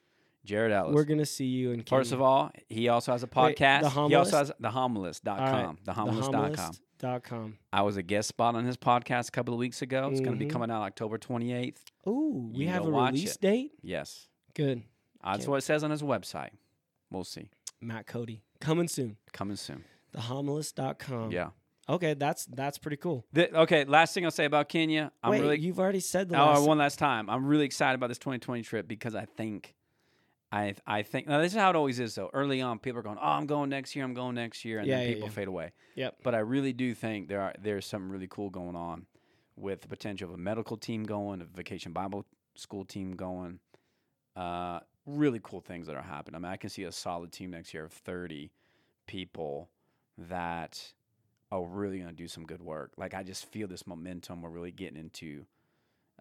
B: jared ellis
A: we're going to see you in
B: first of
A: Kenya.
B: all he also has a podcast
A: The
B: he also
A: Homilist?
B: has the homeless.com the homeless.com
A: dot com.
B: i was a guest spot on his podcast a couple of weeks ago it's gonna be
A: Mhm.
B: coming out october 28th
A: Ooh, we
B: You
A: have
B: go
A: a
B: watch
A: release
B: it.
A: date.
B: yes
A: Good,
B: That's
A: Can't-
B: what it says on his website. We'll see.
A: Matt Cody coming soon.
B: Coming soon.
A: Thehomelist.com.
B: yeah.
A: Okay, that's that's pretty cool.
B: The- okay. Last thing I'll say about Kenya. I'm
A: Wait,
B: really.
A: you've already said the
B: oh,
A: last.
B: one last time. I'm really excited about this 2020 trip because I think, I I think now this is how it always is though. Early on, people are going, "Oh, I'm going next year. I'm going next year," and
A: Yeah,
B: then
A: yeah,
B: people
A: yeah.
B: fade away.
A: Yep.
B: But I really do think there are there's something really cool going on with the potential of a medical team going, a vacation Bible school team going. Uh, really cool things that are happening. I mean, I can see a solid team next year of 30 people that are really going to do some good work. Like I just feel this momentum we're really getting into.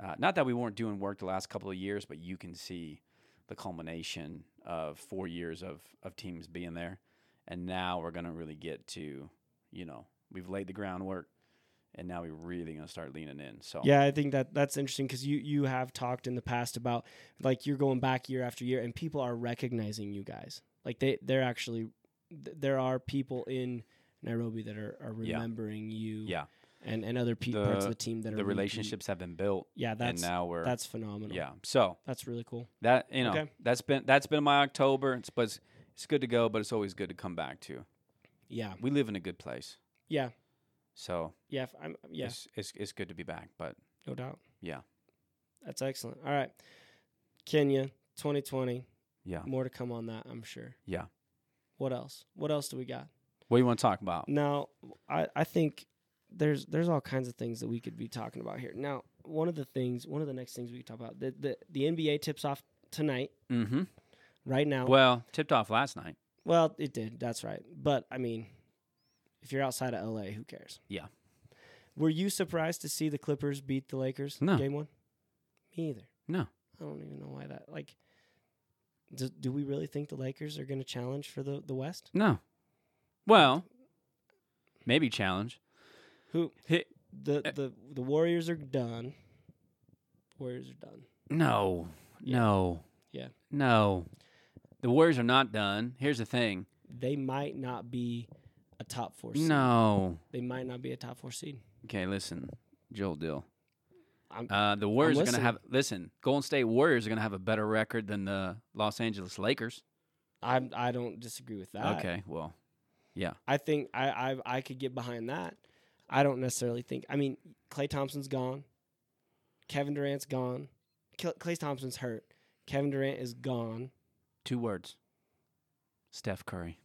B: Uh, not that we weren't doing work the last couple of years, but you can see the culmination of four years of of teams being there, and now we're going to really get to, you know, we've laid the groundwork, and now we're really going to start leaning in. So
A: Yeah, I think that that's interesting because you you have talked in the past about like you're going back year after year, and people are recognizing you guys. Like they they're actually th- there are people in Nairobi that are, are
B: Yeah.
A: remembering you.
B: Yeah.
A: and and other pe- parts
B: The-
A: of the team that are
B: the
A: repeat.
B: relationships have been built,
A: Yeah,
B: and
A: that's
B: now we're
A: that's phenomenal.
B: yeah. So
A: that's really cool.
B: That you know,
A: Okay.
B: that's been that's been my October. It's but it's, it's good to go, but it's always good to come back to.
A: Yeah,
B: We live in a good place.
A: yeah.
B: So
A: Yeah, if I'm, yeah,
B: it's, it's it's good to be back. But
A: no doubt.
B: yeah,
A: That's excellent. All right. Kenya, 2020.
B: yeah,
A: More to come on that, I'm sure.
B: yeah.
A: What else? What else do we got?
B: What do you want to talk about?
A: Now, I, I think there's there's all kinds of things that we could be talking about here. Now, one of the things, one of the next things we could talk about, the the, the NBA tips off tonight,
B: Mm-hmm.
A: right now.
B: Well, tipped off last night.
A: Well, it did. That's right. But I mean, if you're outside of LA, who cares?
B: Yeah.
A: Were you surprised to see the Clippers beat the Lakers
B: No.
A: game one? Me either.
B: No.
A: I don't even know why that. Like, do, do we really think the Lakers are going to challenge for the the West?
B: No. Well, maybe challenge.
A: Who
B: Hit.
A: the
B: Eh.
A: the the Warriors are done. Warriors are done.
B: No. No.
A: Yeah.
B: No. The Warriors are not done. Here's the thing.
A: They might not be a top four. Seed.
B: No.
A: they might not be a top four seed.
B: Okay, listen, Joel Dill.
A: I'm-
B: Uh, the Warriors are going to
A: listening.
B: have listen. Golden State Warriors are going to have a better record than the Los Angeles Lakers.
A: I I don't disagree with that.
B: okay, well,
A: I think I, I I could get behind that. I don't necessarily think. I mean, Clay Thompson's gone. Kevin Durant's gone. Clay Thompson's hurt. Kevin Durant is gone.
B: two words. Steph Curry.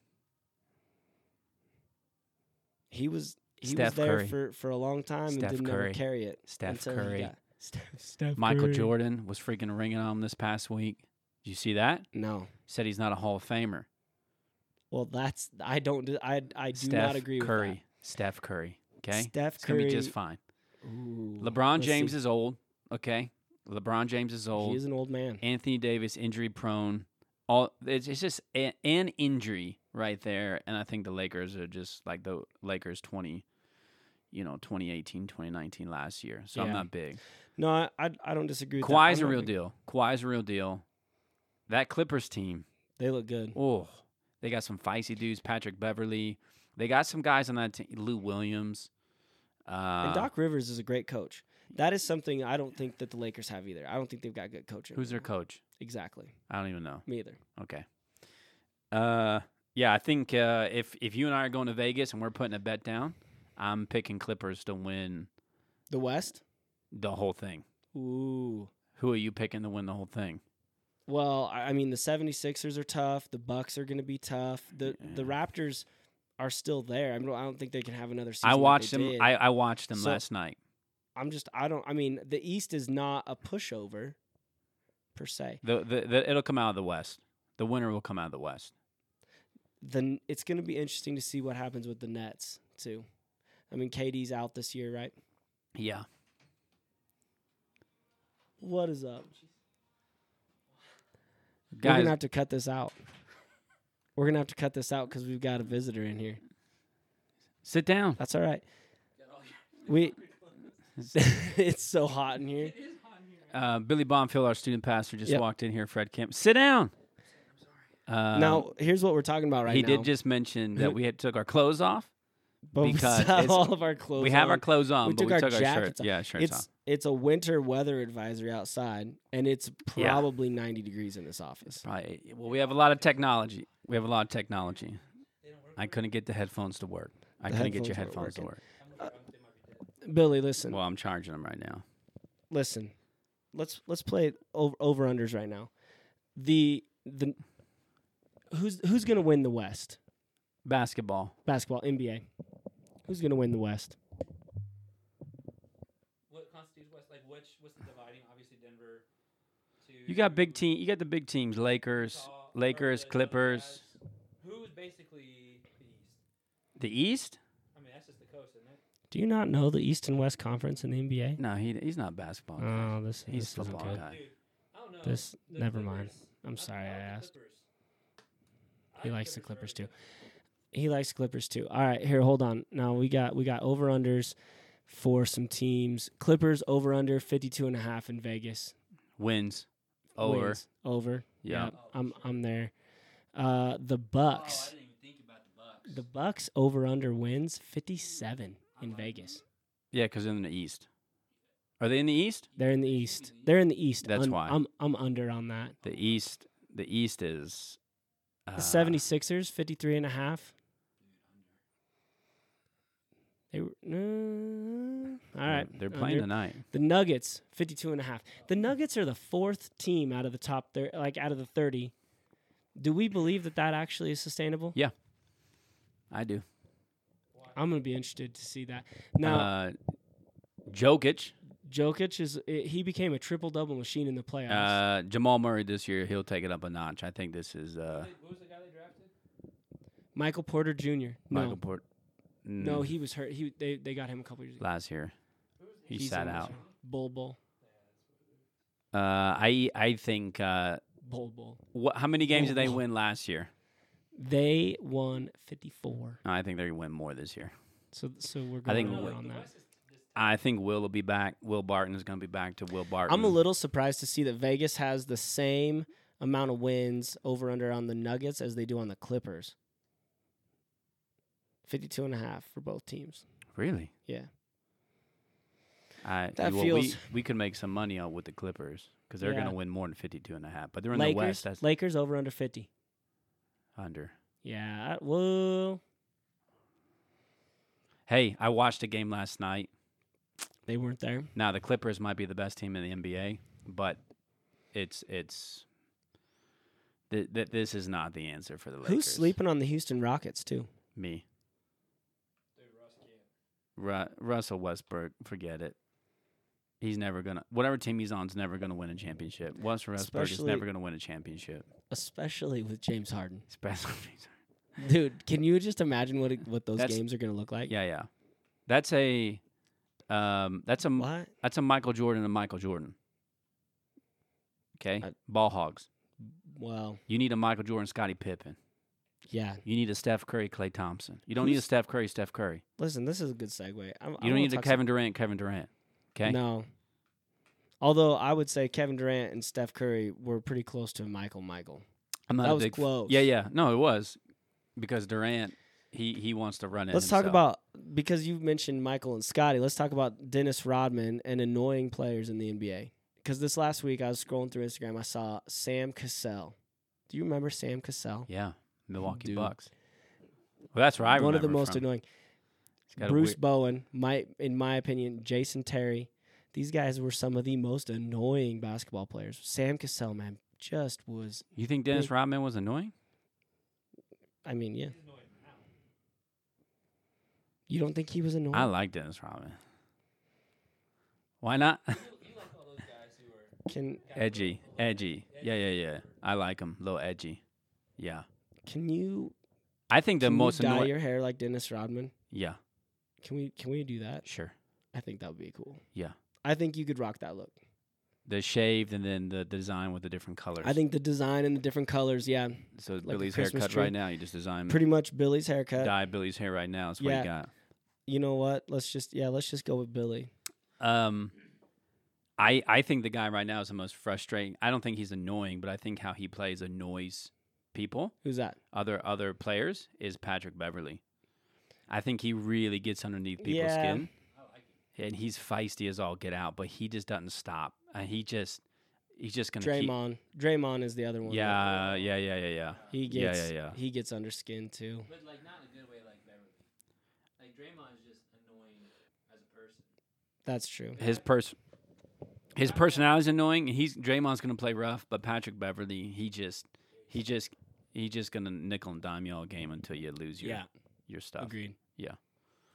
A: He was he
B: Steph
A: was there
B: Curry.
A: for, for a long time
B: Steph
A: and didn't ever
B: Curry.
A: carry it.
B: Steph
A: until he
B: Curry.
A: got- Steph, Steph
B: Michael
A: Curry.
B: Jordan was freaking ringing on him this past week. Did you see that?
A: No.
B: Said he's not a Hall of Famer.
A: Well, that's I don't I I do
B: Steph
A: not agree
B: Curry.
A: with
B: Steph Curry.
A: that.
B: Okay,
A: Steph
B: it's gonna
A: Curry.
B: be just fine.
A: Ooh,
B: LeBron
A: let's
B: James
A: see.
B: is old. Okay, LeBron James is old.
A: He is an old man.
B: Anthony Davis injury prone. All it's, it's just a, an injury right there, and I think the Lakers are just like the Lakers twenty, you know, 2018, 2019 last year. So I'm
A: Yeah.
B: not big.
A: No, I I, I don't disagree. with that.
B: Kawhi's
A: I'm
B: a
A: not
B: real
A: big-
B: deal. Kawhi's a real deal. That Clippers team,
A: They look good.
B: oh, they got some feisty dudes. Patrick Beverly, they got some guys on that team. Lou Williams, uh,
A: and Doc Rivers is a great coach. That is something I don't think that the Lakers have either. I don't think they've got good coaching.
B: who's their coach?
A: exactly?
B: I don't even know.
A: Me either.
B: Okay. Uh, yeah, I think uh, if if you and I are going to Vegas and we're putting a bet down, I'm picking Clippers to win
A: The West.
B: the whole thing.
A: Ooh.
B: Who are you picking to win the whole thing?
A: Well, I I mean the 76ers are tough. The Bucks are going to be tough. The the Raptors are still there. I, mean, I don't think they can have another season.
B: I
A: like they
B: watched them.
A: did.
B: I, I watched them
A: So-
B: last night.
A: I'm just I don't I mean the East is not a pushover per se.
B: The, the the it'll come out of the West. The winner will come out of the West.
A: Then it's going to be interesting to see what happens with the Nets too. I mean KD's out this year, right?
B: Yeah.
A: What is up? We're
B: Guys,
A: gonna have to cut this out. We're gonna have to cut this out because we've got a visitor in here.
B: sit down.
A: That's all right. We. [laughs] it's so hot in here.
B: Uh, Billy Bonfield, our student pastor, just
A: Yep.
B: walked in here. Fred Kemp, sit down. Uh,
A: now, here's what we're talking about right
B: he
A: now. Mhm.
B: did just mention that we had took our clothes off.
A: but we [laughs]
B: because
A: still
B: it's-
A: have all of our clothes.
B: we have our
A: on.
B: clothes on,
A: We
B: but
A: took
B: we
A: our
B: took our
A: jackets
B: shirts.
A: off.
B: Yeah, shirts off.
A: It's it's a winter weather advisory outside, and it's probably 90 degrees in this office.
B: Probably. Well, we have a lot of technology. We have a lot of technology. I couldn't get the headphones to work. I
A: The
B: couldn't get your
A: headphones
B: headphones to
A: weren't
B: work.
A: Billy, listen,
B: Well, I'm charging them right now.
A: listen. Let's let's play over over unders right now. The the who's who's gonna win the West?
B: Basketball.
A: basketball NBA. Who's going to win the West?
C: What constitutes West? Like, which what's the dividing? Obviously, Denver. To
B: You got big team. You got the big teams: Lakers,
C: Utah, or
B: Lakers,
C: the
B: Clippers.
C: Jazz. Who is basically the East?
B: The East?
C: I mean, that's just the coast, isn't it?
A: Do you not know the East and West Conference in the NBA?
B: No, he he's not a basketball. guy.
A: Oh, this,
B: He's
A: this isn't
B: football
A: good.
B: guy.
C: Dude, I don't know.
A: This-
C: The
A: never mind.
C: Clippers-
A: I'm sorry I
C: like the
A: asked.
C: Clippers. I
A: He
C: like
A: likes the Clippers
C: very
A: too. He likes Clippers too. All right, here, hold on. Now we got we got over unders for some teams. Clippers over under 52 and a half in Vegas.
B: Wins. Over.
A: Wins. over.
B: Yeah.
C: Oh,
A: I'm I'm there. Uh the Bucks.
C: didn't even think about the Bucks.
A: the Bucks over under wins 57 in Vegas.
B: Yeah, because they're in the East. Are they in the East?
A: They're in the East. They're in the East.
B: That's
A: Un-
B: why.
A: I'm I'm under on that.
B: The East. The East is. Uh,
A: The 76ers, 53 and a half. They were no. All
B: They're-
A: right.
B: They're
A: Uh,
B: playing tonight.
A: The Nuggets, 52 and a half. The Nuggets are the fourth team out of the top, thir- like out of the 30. Do we believe that that actually is sustainable?
B: I do.
A: I'm going to be interested to see that. Now,
B: Uh, Jokic,
A: Jokic is i he became a triple double machine in the playoffs.
B: uh, Jamal Murray this year, he'll take it up a notch. I think this is uh,
C: Who was the guy they drafted?
A: Michael Porter Jr. No,
B: Michael Port.
A: no,
B: Mm,
A: he was hurt. He they, they got him a couple years ago.
B: last year he
A: He's
B: sat
A: in this
B: out.
A: year. Bull bull
B: Uh, I I think uh,
A: bull bull.
B: what? How many games did they
A: Whoa.
B: win last year?
A: They won 54.
B: No, I think they win more this year.
A: So so we're going
B: I think
A: over
B: we're-
A: on
C: the
A: that.
C: West is this
B: I think Will will be back. Will Barton is going to be back to Will Barton.
A: I'm a little surprised to see that Vegas has the same amount of wins over under on the Nuggets as they do on the Clippers. 52 and a half for both teams.
B: really.
A: Yeah.
B: I,
A: That
B: well,
A: feels-
B: we, we could make some money out with the Clippers because they're
A: Yeah.
B: going to win more than 52 and a half. But they're in
A: Lakers
B: the West. That's
A: Lakers over under 50.
B: under.
A: Yeah, I- well,
B: Hey, I watched a game last night.
A: they weren't there.
B: Now the Clippers might be the best team in the NBA, but it's it's th- th- this is not the answer for the Lakers.
A: Who's sleeping on the Houston Rockets too?
B: Me,
C: dude, Russ can't.
B: Ru- Russell Westbrook. Forget it. He's never gonna. Whatever team he's on is never gonna win a championship. Russell Westbrook is
A: Especially-
B: never gonna win a championship.
A: Especially with James Harden.
B: Especially, [laughs]
A: [laughs] Dude, can you just imagine what it, what those
B: That's-
A: games are going to look like?
B: yeah, yeah. That's a um. That's a m-
A: What?
B: that's a Michael Jordan and Michael Jordan. Okay,
A: I-
B: ball hogs.
A: Well,
B: You need a Michael Jordan, Scottie Pippen.
A: yeah.
B: You need a Steph Curry, Clay Thompson. You don't need a
A: Who's-
B: Steph Curry, Steph Curry.
A: Listen, this is a good segue. I'm,
B: You don't need a Kevin Durant, Kevin Durant. Okay.
A: No. Although I would say Kevin Durant and Steph Curry were pretty close to Michael Michael.
B: I'm not
A: that
B: a
A: was
B: big. f-
A: close.
B: Yeah, yeah. No, it was because Durant he he wants to run it.
A: Let's talk about because you mentioned Michael and Scotty. Let's talk about Dennis Rodman and annoying players in the NBA. Because this last week I was scrolling through Instagram, I saw Sam Cassell. Do you remember Sam Cassell?
B: yeah Milwaukee
A: Dude.
B: Bucks. Well, that's where I
A: One of the
B: remember
A: most
B: from.
A: annoying.
B: He's got a
A: Bruce
B: weird-
A: Bowen, my in my opinion, Jason Terry. These guys were some of the most annoying basketball players. Sam Cassell, man, just was.
B: you think Dennis
A: big-
B: Rodman was annoying?
A: I mean, yeah.
C: He's annoying now.
A: You don't think he was annoying?
B: I like Dennis Rodman. Why not? [laughs]
C: You, you like all those guys who are
A: Can
B: edgy, edgy. Yeah, yeah, yeah. I like him. little edgy. Yeah.
A: can you
B: I think the
A: can you
B: most
A: dye
B: annoying.
A: your hair like Dennis Rodman?
B: Yeah.
A: Can we can we do that?
B: Sure.
A: I think that would be cool.
B: Yeah.
A: I think you could rock that look.
B: The shaved and then the design with the different colors.
A: I think the design and the different colors, yeah.
B: So
A: a
B: Billy's
A: Christmas
B: haircut
A: tree.
B: right now. You just design
A: Pretty much Billy's haircut.
B: dye Billy's hair right now. That's what
A: Yeah.
B: you got.
A: You know what? Let's just yeah, let's just go with Billy.
B: Um, I I think the guy right now is the most frustrating. I don't think he's annoying, but I think how he plays annoys people,
A: Who's that?
B: other other players, is Patrick Beverly. I think he really gets underneath people's
A: Yeah.
B: skin, and he's feisty as all get out. But he just doesn't stop. And he just he's just gonna keep.
A: Draymond. Draymond is the other one.
B: Yeah,
A: uh,
B: yeah, yeah, yeah, yeah.
A: He
B: Yeah,
A: gets
B: yeah, yeah.
A: he gets under skin too.
C: But like not in a good way, like Beverly. Like Draymond is just annoying as a person.
A: That's true.
B: his person his personality's annoying. He's Draymond's gonna play rough, but Patrick Beverly, he just he just he just gonna nickel and dime you all game until you lose your
A: Yeah.
B: your stuff.
A: Agreed.
B: Yeah.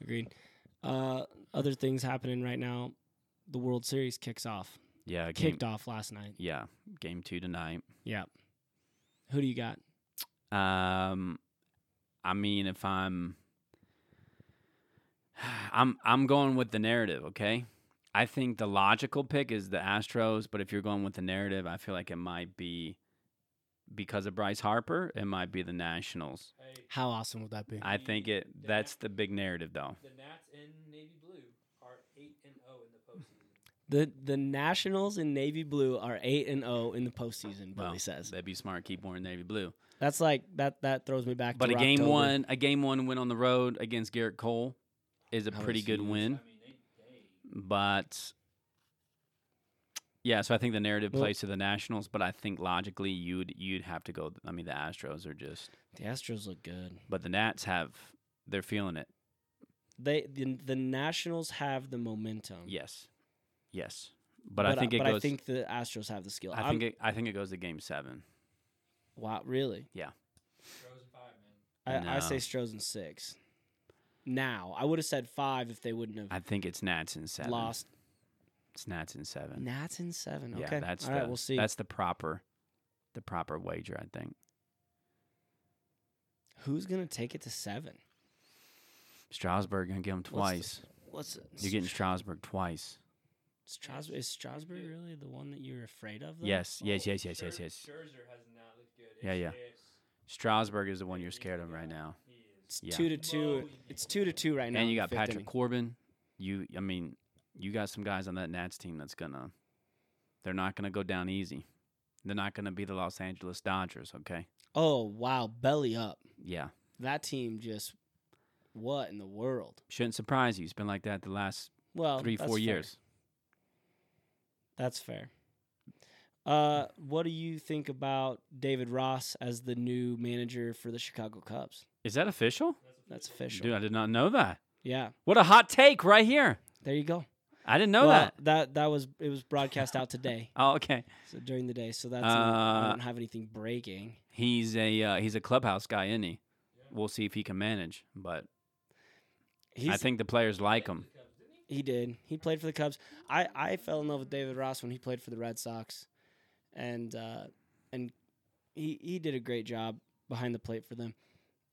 A: Agreed. Uh, other things happening right now. The World Series kicks off.
B: Yeah, game,
A: Kicked off last night.
B: yeah, game two tonight.
A: Yeah. Who do you got?
B: Um, I mean, if I'm [sighs] I'm I'm going with the narrative, okay. I think the logical pick is the Astros, but if you're going with the narrative, I feel like it might be because of Bryce Harper, it might be the Nationals.
C: Hey,
A: How awesome would that be?
B: I think it that's the big narrative though.
C: the Nats in navy blue are eight and zero in the postseason.
A: The the Nationals in navy blue are eight and zero in the postseason. Billy
B: Well,
A: says
B: That'd be smart, keep wearing navy blue.
A: that's like that. That throws me back.
B: But
A: to
B: a game
A: Rocktober.
B: one a game one win on the road against Garrett Cole is a
A: That
B: pretty
A: was
B: good
A: huge.
B: win.
C: I mean, they they
B: But yeah, so I think the narrative
A: Well-
B: plays to the Nationals, but I think logically you'd you'd have to go I mean the Astros are just
A: the Astros look good.
B: but the Nats have they're feeling it.
A: They the, the Nationals have the momentum.
B: Yes, yes. But, I think it
A: but
B: goes.
A: I think the Astros have the skill.
B: I think it, I think it goes to game seven.
A: wow, really?
C: Throws in five, man.
A: I, I say
B: No.
A: Stroh's in six. Now I would have said five if they wouldn't have
B: I think it's Nats in seven.
A: lost.
B: It's Nats in seven.
A: Nats in seven. Okay,
B: Yeah, that's
A: all
B: the,
A: right. We'll see
B: That's the proper, the proper wager. I think
A: who's gonna take it to seven.
B: Strasburg gonna give him
A: What's
B: twice.
A: What's
B: You're getting Strasburg twice.
A: Strasburg? Is Strasburg really the one that you're afraid of? Though?
B: Yes, yes,
C: Oh,
B: yes, yes, yes,
C: Scher-
B: yes.
C: Scherzer has not looked good.
B: Yeah, yeah.
C: It's-
B: Strasburg is the one you're scared of right now.
C: He is.
A: It's
B: Yeah.
A: two to two. It's two to two right now.
B: and
A: in
B: you
A: the
B: got
A: fifth
B: Patrick
A: inning.
B: Corbin. You, I mean, you got some guys on that Nats team that's gonna, they're not gonna go down easy. They're not gonna be the Los Angeles Dodgers. Okay.
A: Oh wow, belly up.
B: Yeah.
A: That team just what in the world?
B: Shouldn't surprise you. It's been like that the last
A: Well,
B: three,
A: that's
B: four
A: fair.
B: years.
A: That's fair. Uh, what do you think about David Ross as the new manager for the Chicago Cubs?
B: Is that official?
A: That's official.
B: Dude, I did not know that.
A: Yeah,
B: What a hot take right here.
A: there you go.
B: I didn't know
A: Well,
B: that.
A: that that was it was broadcast out today,
B: Oh, okay.
A: so during the day. So that's not, I
B: Uh,
A: don't have anything breaking.
B: He's a uh, he's a clubhouse guy, isn't he? We'll see if he can manage, but
A: He's,
B: I think the players like him.
A: He did. He played for the Cubs. I, I fell in love with David Ross when he played for the Red Sox, and uh, and he he did a great job behind the plate for them.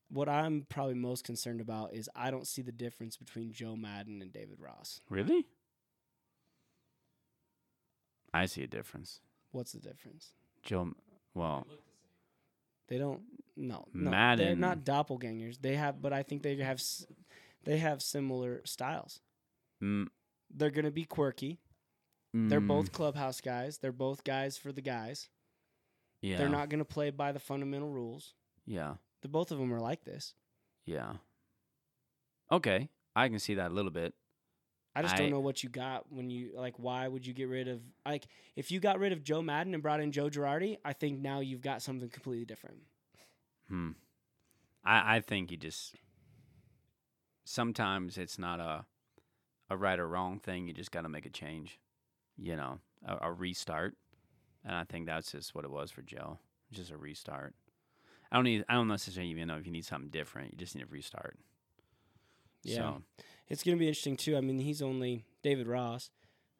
A: What I'm probably most concerned about is I don't see the difference between Joe Madden and David Ross.
B: Really? I see a difference.
A: What's the difference?
B: Joe, well,
A: They don't. No, no They're
B: Madden-
A: not doppelgangers. They have, but I think they have s- they have similar styles.
B: mm,
A: They're gonna be quirky. They're
B: mm,
A: both clubhouse guys. They're both guys for the guys.
B: Yeah,
A: They're not gonna play by the fundamental rules.
B: Yeah,
A: the both of them are like this.
B: yeah. Okay, I can see that a little bit.
A: I just
B: I-
A: don't know what you got when you like. Why would you get rid of like if you got rid of Joe Madden and brought in Joe Girardi? I think now you've got something completely different.
B: Hmm. I I think you just sometimes it's not a a right or wrong thing. You just got to make a change, you know, a, a restart. And I think that's just what it was for Joe, just a restart. I don't need. I don't necessarily even know if you need something different. You just need a restart.
A: Yeah.
B: So,
A: It's going to be interesting too. I mean, he's only David Ross,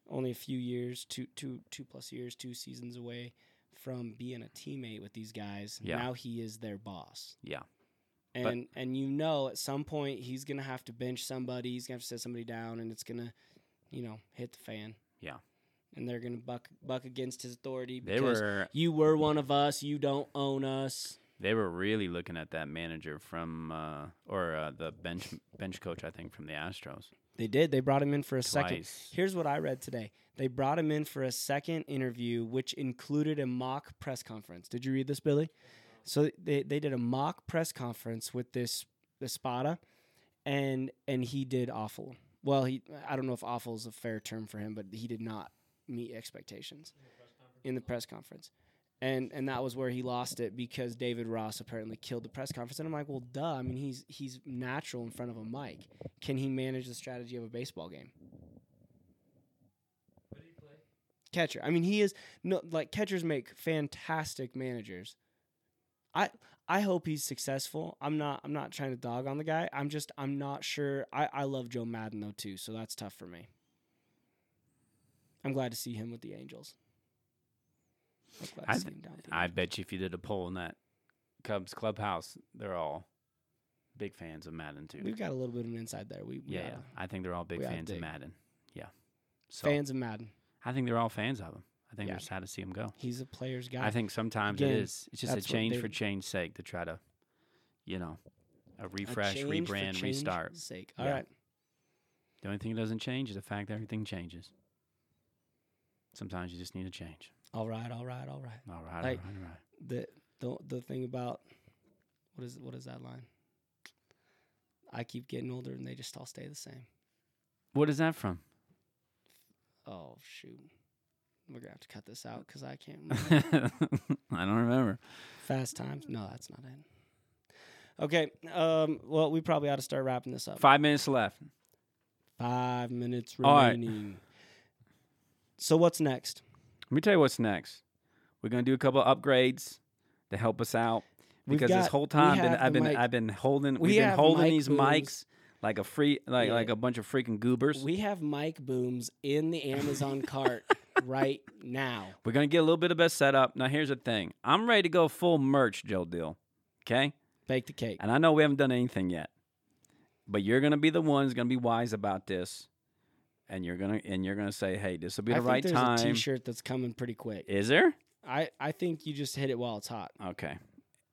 A: only a few years, two two two plus years, two seasons away from being a teammate with these guys.
B: Yeah.
A: Now he is their boss.
B: Yeah. But-
A: And and you know at some point he's going to have to bench somebody, he's going to have to set somebody down and it's going to, you know, hit the fan.
B: Yeah.
A: And they're going to buck buck against his authority
B: they
A: because
B: were
A: you were one of us, you don't own us.
B: they were really looking at that manager from uh, or uh, the bench bench coach I think from the Astros.
A: They did. They brought him in for a second.
B: Twice.
A: Here's what I read today. They brought him in for a second interview, which included a mock press conference. Did you read this, Billy? So they, they did a mock press conference with this Espada, and and he did awful. Well, he I don't know if awful is a fair term for him, but he did not meet expectations in the press conference. And and that was where he lost it because David Ross apparently killed the press conference. And I'm like, well, duh. I mean, he's he's natural in front of a mic. Can he manage the strategy of a baseball game?
C: What did he play?
A: catcher. I mean, he is no like catchers make fantastic managers. I I hope he's successful. I'm not I'm not trying to dog on the guy. I'm just I'm not sure. I I love Joe Madden though too, so that's tough for me. I'm glad to see him with the Angels. I'm glad to
B: I
A: see
B: th-
A: him down with the
B: I
A: Angels.
B: bet you if you did a poll in that Cubs clubhouse, they're all big fans of Madden too.
A: We've got a little bit of an inside there. We, we
B: yeah,
A: are
B: yeah. I think they're all big
A: we are
B: fans
A: big.
B: of Madden. Yeah. So
A: fans of Madden.
B: I think they're all fans of him. I think
A: Yeah.
B: they're sad to see him go.
A: He's a player's guy.
B: I think sometimes
A: Again,
B: it is. It's just a
A: that's what
B: change
A: they-
B: for change sake to try to, you know, a
A: A
B: refresh,
A: change for
B: rebrand,
A: change's
B: restart.
A: Sake. All right.
B: Yeah. The only thing that doesn't change is the fact that everything changes. Sometimes you just need a change.
A: All right. All right. All right.
B: All right,
A: Like-
B: all right, all right.
A: the the the thing about what is what is that line? I keep getting older and they just all stay the same.
B: What is that from? [laughs]
A: Oh shoot, we're gonna have to cut this out because I can't.
B: [laughs]
A: remember.
B: I don't remember.
A: Fast times? No, that's not it. Okay, um, well we probably ought to start wrapping this up.
B: Five minutes left.
A: Five minutes
B: All right.
A: remaining. So what's next?
B: Let me tell you what's next. We're gonna do a couple of upgrades to help us out
A: We've
B: because this
A: got-
B: whole
A: we
B: time been,
A: have
B: I've
A: the
B: been
A: mic.
B: I've been holding
A: We
B: we have been
A: have
B: holding
A: mic
B: these
A: booms.
B: mics like a free like
A: Yeah.
B: like a bunch of freaking goobers.
A: We have mic booms in the
B: [laughs]
A: Amazon cart right now.
B: We're gonna get a little bit of a setup. Now here's the thing. I'm ready to go full merch, Joe Deal. Okay,
A: Bake the cake.
B: and I know we haven't done anything yet, but you're gonna be the one's gonna be wise about this, and you're gonna and you're gonna say, hey, this will be
A: I
B: the
A: think
B: right
A: there's a
B: time.
A: T-shirt that's coming pretty quick.
B: Is there?
A: I, I think you just hit it while it's hot.
B: Okay.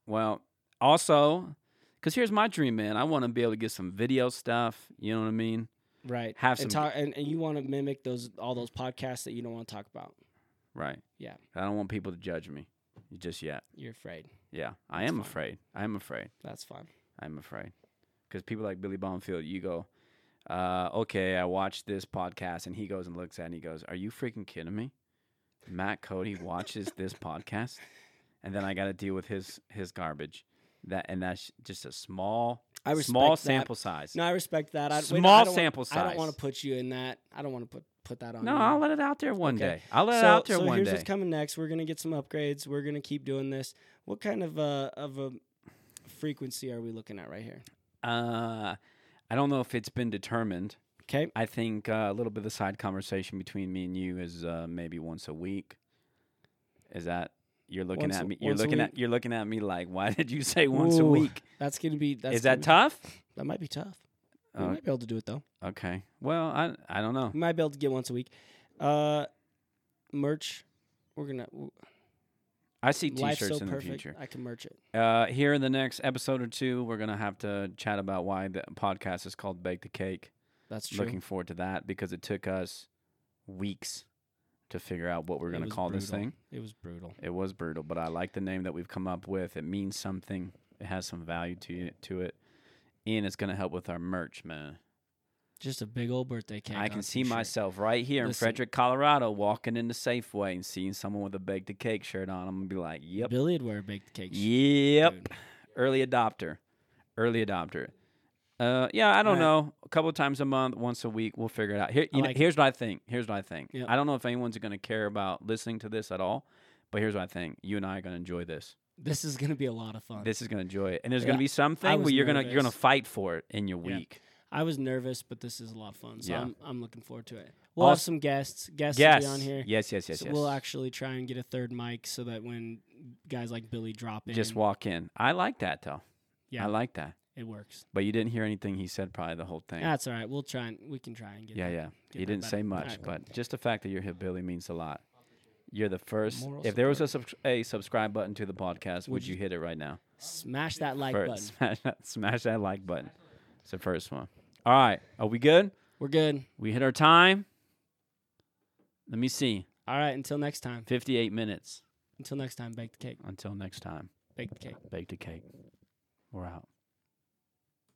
B: Well, also, because here's my dream, man. I want to be able to get some video stuff. You know what I mean?
A: Right.
B: Have
A: and,
B: some-
A: talk, and, and you want to mimic those all those podcasts that you don't want to talk about.
B: Right.
A: Yeah.
B: I don't want people to judge me just yet.
A: You're afraid.
B: Yeah. I
A: That's
B: am
A: fine.
B: afraid. I am afraid.
A: That's fine.
B: I'm afraid. Because people like Billy Bonfield, you go, uh, okay, I watched this podcast, and he goes and looks at it and he goes, Are you freaking kidding me? Matt Cody watches this podcast, and then I got to deal with his his garbage. That and that's just a small,
A: I respect
B: small
A: that.
B: sample size.
A: No, I respect that. I, wait,
B: Small
A: I don't
B: sample
A: want, I don't
B: size.
A: want to put you in that. I don't want to put put that on.
B: No,
A: you.
B: I'll let it out there one
A: Okay.
B: day. I'll let
A: so,
B: it out there
A: so
B: one
A: here's
B: day.
A: what's coming next. We're gonna get some upgrades. We're gonna keep doing this. What kind of uh, of a frequency are we looking at right here?
B: uh, I don't know if it's been determined.
A: Okay.
B: I think uh, a little bit of the side conversation between me and you is uh, maybe once a week. Is that you're looking
A: Once a-
B: at me? You're
A: once a
B: looking at
A: week.
B: you're looking at me like, why did you say once a
A: Ooh,
B: week?
A: That's gonna be. That's
B: Is that
A: gonna
B: tough?
A: be- That might be tough. we
B: Uh,
A: might be able to do it though.
B: Okay. Well, I I don't know.
A: We might be able to get once a week. Uh, merch. We're gonna. w-
B: I see
A: Life's
B: t-shirts
A: so
B: in the
A: perfect.
B: future.
A: I can merch it.
B: Uh, here in the next episode or two, we're gonna have to chat about why the podcast is called Bake the Cake.
A: That's true.
B: looking forward to that because it took us weeks to figure out what we're
A: It
B: going to
A: was
B: call this
A: brutal.
B: thing.
A: It was brutal.
B: It was brutal, but I like the name that we've come up with. It means something. It has some value to it, to it, and it's going to help with our merch, man.
A: Just a big old birthday cake.
B: I
A: on
B: can
A: a
B: see
A: t-shirt.
B: myself right here in
A: Listen.
B: Frederick, Colorado, walking into Safeway and seeing someone with a baked the cake shirt on. I'm gonna be like, "Yep,
A: Billy would wear a baked cake. shirt,
B: yep,
A: dude.
B: early adopter, early adopter." Uh, yeah, I don't
A: Right.
B: know. A couple times a month, once a week, we'll figure it out. Here,
A: I
B: you know,
A: like it.
B: here's what I think. Here's what I think.
A: Yep.
B: I don't know if anyone's going to care about listening to this at all, but here's what I think. You and I are going to enjoy this.
A: This is gonna be a lot of fun.
B: This is going to enjoy it, and there's going
A: Yeah,
B: to be something where
A: was
B: you're going to you're going to
A: nervous.
B: fight for it in your
A: Yeah.
B: week.
A: I was nervous, but this is a lot of fun. So
B: Yeah.
A: I'm, I'm looking forward to it. We'll have
B: Also-
A: some guests. Guests will
B: Yes.
A: be on here.
B: yes, yes, yes,
A: So
B: yes.
A: We'll actually try and get a third mic so that when guys like Billy drop in,
B: just walk in. I like that though.
A: Yeah.
B: I like that.
A: it works.
B: But you didn't hear anything he said probably the whole thing.
A: That's all right. We'll try and we can try and get.
B: yeah,
A: that.
B: yeah.
A: Ah, get
B: He
A: that
B: didn't
A: better.
B: say much,
A: Alright.
B: but just the fact that you're hillbilly means a lot. You're the first.
A: Moral
B: if there was a, subs- a subscribe button to the podcast, would,
A: Would
B: you,
A: you-
B: hit it right now?
A: Smash that like
B: first,
A: button.
B: [laughs] Smash, that, smash that like button. It's the first one. All right. Are we good?
A: We're good.
B: We hit our time. Let me see.
A: All right. Until next time.
B: 58 minutes.
A: Until next time. Bake the cake.
B: Until next time,
A: Bake the cake.
B: bake the cake. We're out.